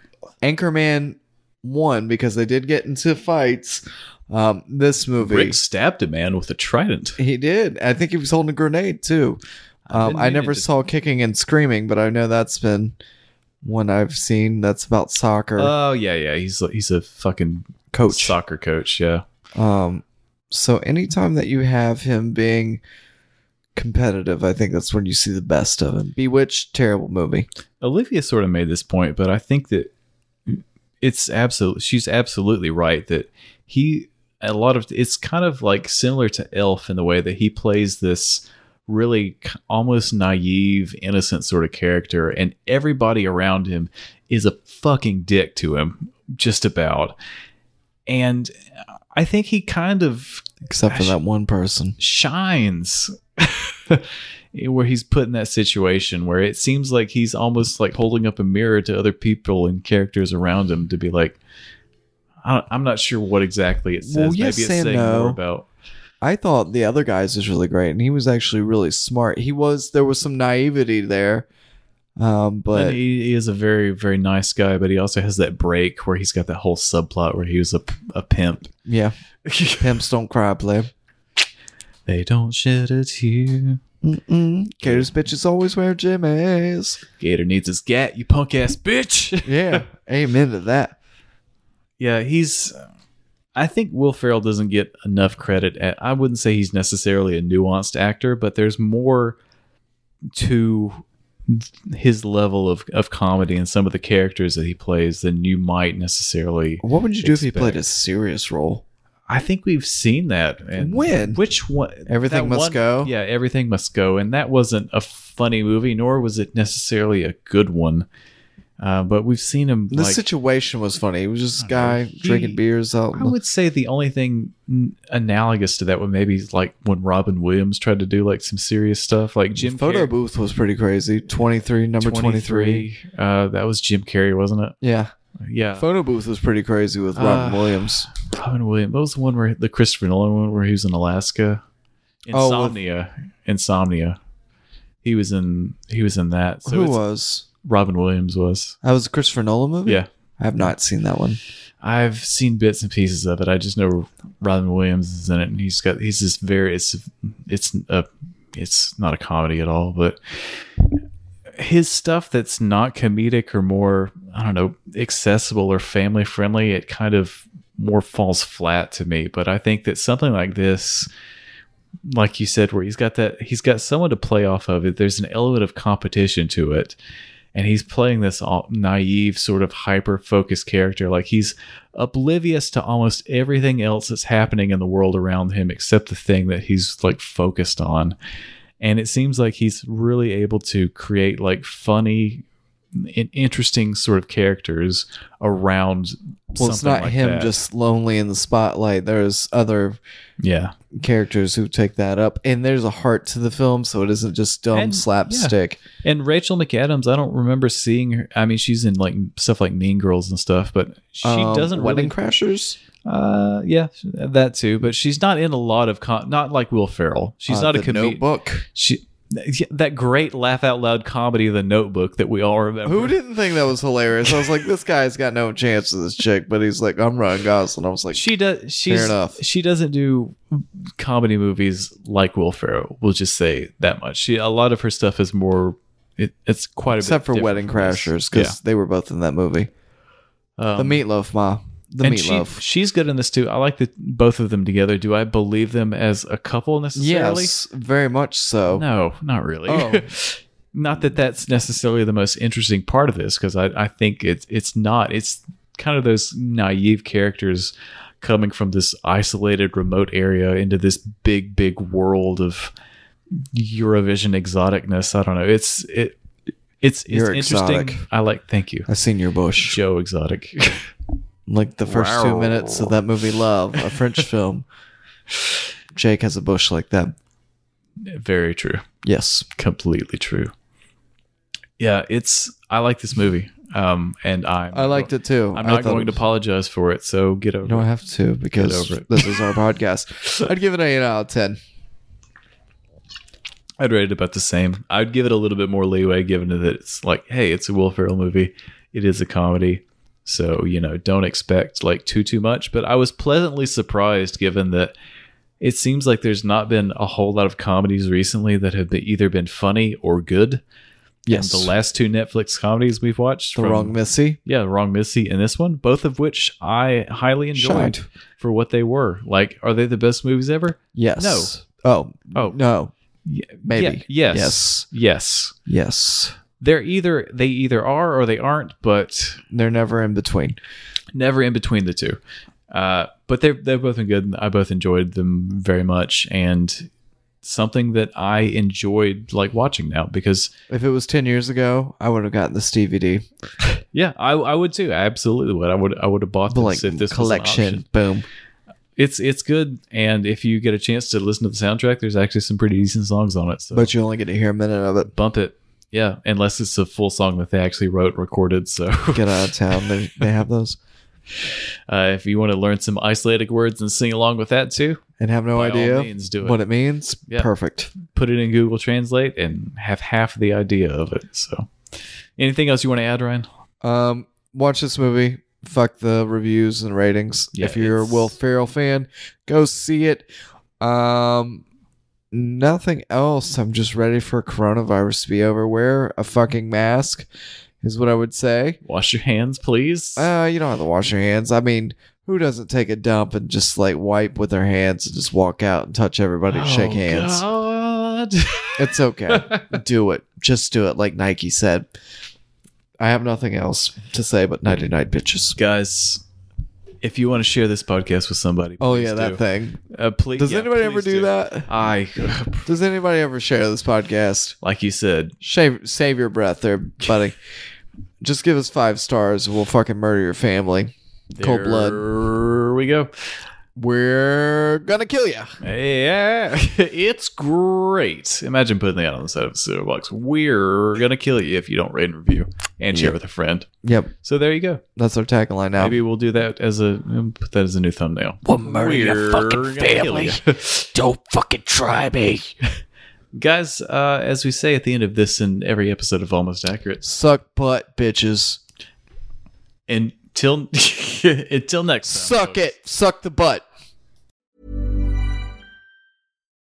Speaker 2: Anchorman 1, because they did get into fights. Um, this movie.
Speaker 1: Rick stabbed a man with a trident.
Speaker 2: He did. I think he was holding a grenade too. Um,
Speaker 1: been
Speaker 2: I
Speaker 1: meaning
Speaker 2: never
Speaker 1: to-
Speaker 2: saw kicking and screaming, but I know that's been one I've seen that's about soccer
Speaker 1: Oh yeah, yeah. He's he's a fucking
Speaker 2: coach.
Speaker 1: soccer coach. Yeah,
Speaker 2: um, so anytime that you have him being competitive, I think that's when you see the best of him. Bewitched, terrible movie.
Speaker 1: Olivia sort of made this point, but I think that it's absolute. She's absolutely right that he a lot of it's kind of like similar to Elf in the way that he plays this really k- almost naive, innocent sort of character, and everybody around him is a fucking dick to him, just about. And I think he kind of
Speaker 2: Except for that one person.
Speaker 1: shines where he's put in that situation where it seems like he's almost like holding up a mirror to other people and characters around him to be like I don't, i'm not sure what exactly it says
Speaker 2: Well, yes
Speaker 1: maybe it's
Speaker 2: and
Speaker 1: saying
Speaker 2: no.
Speaker 1: more about
Speaker 2: I thought the other guys was really great, and he was actually really smart. He was there was some naivety there, um,
Speaker 1: but
Speaker 2: but
Speaker 1: he, he is a very very nice guy but he also has that break where he's got that whole subplot where he was a, a pimp
Speaker 2: yeah, pimps don't cry, pleb.
Speaker 1: they don't shed a tear
Speaker 2: Mm-mm. Gators bitches always wear jimmies.
Speaker 1: gator needs his gat you punk ass bitch
Speaker 2: Yeah. Amen to that.
Speaker 1: yeah, he's. I think Will Ferrell doesn't get enough credit. At, I wouldn't say he's necessarily a nuanced actor, but there's more to his level of, of comedy and some of the characters that he plays than you might necessarily.
Speaker 2: What would you do if you
Speaker 1: Expect.
Speaker 2: played a serious role?
Speaker 1: I think we've seen that. And
Speaker 2: When?
Speaker 1: Which one?
Speaker 2: Everything
Speaker 1: that
Speaker 2: Must
Speaker 1: one-
Speaker 2: Go?
Speaker 1: Yeah, everything must go. And that wasn't a funny movie, nor was it necessarily a good one. Uh, but we've seen him.
Speaker 2: This
Speaker 1: like,
Speaker 2: situation was funny. It was just this
Speaker 1: I don't
Speaker 2: guy
Speaker 1: know.
Speaker 2: drinking
Speaker 1: He-
Speaker 2: beers out. in
Speaker 1: I
Speaker 2: the-
Speaker 1: would say the only thing n- analogous to that would maybe like when Robin Williams tried to do like some serious stuff, like Jim
Speaker 2: photo
Speaker 1: Carrey-
Speaker 2: booth was pretty crazy. Twenty three, number twenty three.
Speaker 1: 23. Uh, that was Jim Carrey, wasn't it?
Speaker 2: Yeah,
Speaker 1: Yeah,
Speaker 2: photo booth was pretty crazy with Robin
Speaker 1: Uh,
Speaker 2: Williams.
Speaker 1: Robin Williams. That was the one where the Christopher Nolan one where he was in Alaska.
Speaker 2: Oh, with-
Speaker 1: Insomnia, insomnia. He was in. He was in that. So
Speaker 2: Who uh,
Speaker 1: it's,
Speaker 2: was?
Speaker 1: Robin Williams was.
Speaker 2: That was a Christopher Nolan movie.
Speaker 1: Yeah,
Speaker 2: I have not seen that one.
Speaker 1: I've seen bits and pieces of it. I just know Robin Williams is in it, and he's got he's this very it's it's a it's not a comedy at all, but his stuff that's not comedic or more I don't know accessible or family friendly, it kind of more falls flat to me. But I think that something like this, like you said, where he's got that he's got someone to play off of it. There's an element of competition to it and he's playing this all naive sort of hyper focused character like he's oblivious to almost everything else that's happening in the world around him except the thing that he's like focused on and it seems like he's really able to create like funny and interesting sort of characters around
Speaker 2: Well, it's
Speaker 1: something
Speaker 2: not
Speaker 1: like
Speaker 2: him
Speaker 1: that.
Speaker 2: just lonely in the spotlight. There's other
Speaker 1: yeah
Speaker 2: characters who take that up, and there's a heart to the film, so it isn't just dumb
Speaker 1: And-
Speaker 2: slapstick.
Speaker 1: And Rachel McAdams, I don't remember seeing her. I mean, she's in like stuff like Mean Girls and stuff, but she
Speaker 2: Um,
Speaker 1: doesn't
Speaker 2: Wedding
Speaker 1: really
Speaker 2: Crashers.
Speaker 1: Uh, yeah, that too. But she's not in a lot of com- not like Will Ferrell. She's
Speaker 2: Uh,
Speaker 1: not a
Speaker 2: The
Speaker 1: comedian.
Speaker 2: Notebook.
Speaker 1: She yeah, that great laugh out loud comedy, The Notebook, that we all remember.
Speaker 2: Who didn't think that was hilarious? I was like, this guy's got no chance with this chick, but he's like, I'm Ryan Gosling. I was like,
Speaker 1: She does. She's
Speaker 2: enough.
Speaker 1: she doesn't do comedy movies like Will Ferrell. We'll just say that much. She a lot of her stuff is more. It, it's quite a
Speaker 2: except
Speaker 1: bit
Speaker 2: for
Speaker 1: different
Speaker 2: Wedding
Speaker 1: from this.
Speaker 2: Crashers, because they were both in that movie.
Speaker 1: Yeah. Um,
Speaker 2: The Meatloaf Ma. The
Speaker 1: and
Speaker 2: Meatloaf.
Speaker 1: She, she's good in this too. I like the both of them together. Do I believe them as a couple necessarily?
Speaker 2: yes, very much so.
Speaker 1: No, not really.
Speaker 2: Oh.
Speaker 1: not that that's necessarily the most interesting part of this, because I, I think it's it's not. It's kind of those naive characters coming from this isolated, remote area into this big, big world of Eurovision exoticness. I don't know. It's it. It's, it's
Speaker 2: You're
Speaker 1: interesting.
Speaker 2: exotic.
Speaker 1: I like. Thank you,
Speaker 2: I seen your bush.
Speaker 1: Joe Exotic.
Speaker 2: Like the first two
Speaker 1: Wow.
Speaker 2: minutes of that movie, Love, a French film. Jake has a bush like that.
Speaker 1: Very true.
Speaker 2: Yes.
Speaker 1: Completely true. Yeah, it's. I like this movie. Um, and I
Speaker 2: I liked it too.
Speaker 1: I'm
Speaker 2: I
Speaker 1: not
Speaker 2: thought
Speaker 1: going
Speaker 2: it
Speaker 1: to
Speaker 2: was-
Speaker 1: apologize for it, so get over
Speaker 2: You don't
Speaker 1: it.
Speaker 2: have to because
Speaker 1: over it.
Speaker 2: this is our podcast. I'd give it an 8 out of 10.
Speaker 1: I'd rate it about the same. I'd give it a little bit more leeway, given that it's like, hey, it's a Will Ferrell movie. It is a comedy. So, you know, don't expect like too, too much. But I was pleasantly surprised given that it seems like there's not been a whole lot of comedies recently that have been either been funny or good.
Speaker 2: Yes.
Speaker 1: And the last two Netflix comedies we've watched
Speaker 2: The
Speaker 1: from-
Speaker 2: Wrong Missy.
Speaker 1: Yeah, Wrong Missy and this one, both of which I highly enjoyed
Speaker 2: Shined.
Speaker 1: for what they were. Like, are they the best movies ever?
Speaker 2: Yes. No. Oh.
Speaker 1: Oh.
Speaker 2: No.
Speaker 1: Y-
Speaker 2: Maybe.
Speaker 1: yeah, yes.
Speaker 2: Yes.
Speaker 1: Yes.
Speaker 2: Yes.
Speaker 1: They're either they either are or they aren't, but
Speaker 2: They're never in between.
Speaker 1: never in between the two. Uh, but they're they've both been good. and I both enjoyed them very much, and something that I enjoyed like watching now because
Speaker 2: If it was 10 years ago, I would have gotten this DVD.
Speaker 1: yeah, I, I would too. I absolutely would. I would I would have bought
Speaker 2: Blank
Speaker 1: this if this Was an
Speaker 2: collection.
Speaker 1: option.
Speaker 2: Boom.
Speaker 1: It's it's good, and if you get a chance to listen to the soundtrack, there's actually some pretty decent songs on it. So
Speaker 2: But you only get to hear a minute of it.
Speaker 1: bump it. Yeah, unless it's a full song that they actually wrote and recorded. So
Speaker 2: Get out of town. They, they have those.
Speaker 1: Uh, if you want to learn some Icelandic words and sing along with that too,
Speaker 2: And have no
Speaker 1: By all
Speaker 2: idea
Speaker 1: means, do it.
Speaker 2: what it means.
Speaker 1: Yeah.
Speaker 2: Perfect.
Speaker 1: put it in Google Translate and have half the idea of it. So, anything else you want to add, Ryan?
Speaker 2: Um, watch this movie. Fuck the reviews and ratings.
Speaker 1: Yeah,
Speaker 2: if you're a
Speaker 1: it's-
Speaker 2: Will Ferrell fan, go see it. Um, nothing else. I'm just ready for coronavirus to be over. Wear a fucking mask, is what I would say.
Speaker 1: Wash your hands, please.
Speaker 2: Uh, you don't have to wash your hands. I mean, who doesn't take a dump and just like wipe with their hands and just walk out and touch everybody and shake
Speaker 1: Oh,
Speaker 2: hands?
Speaker 1: God.
Speaker 2: It's okay. do it. Just do it, like Nike said. I have nothing else to say but nighty night bitches.
Speaker 1: Guys, if you want to share this podcast with somebody,
Speaker 2: Oh
Speaker 1: please
Speaker 2: yeah, that
Speaker 1: do.
Speaker 2: thing.
Speaker 1: Uh, please,
Speaker 2: Does
Speaker 1: yeah,
Speaker 2: anybody ever
Speaker 1: please
Speaker 2: do, that?
Speaker 1: I,
Speaker 2: Does anybody ever share this podcast?
Speaker 1: like you said,
Speaker 2: Shave, save your breath, there, buddy. Just give us five stars. We'll fucking murder your family. Cold blood.
Speaker 1: There we go.
Speaker 2: We're gonna kill you.
Speaker 1: Yeah, it's great. Imagine putting that on the side of a cereal box. We're gonna kill you if you don't rate and review and share
Speaker 2: Yeah.
Speaker 1: with a friend.
Speaker 2: Yep,
Speaker 1: So there you go.
Speaker 2: that's our tagline now.
Speaker 1: Maybe we'll do that as a um, put that as a new thumbnail.
Speaker 4: We'll murder your
Speaker 1: We're
Speaker 4: fucking
Speaker 1: gonna kill
Speaker 4: family.
Speaker 1: you.
Speaker 4: Don't fucking try me.
Speaker 1: Guys, uh, as we say at the end of this and every episode of Almost Accurate,
Speaker 2: Suck butt, bitches.
Speaker 1: until until next time.
Speaker 2: Suck it. Suck the butt.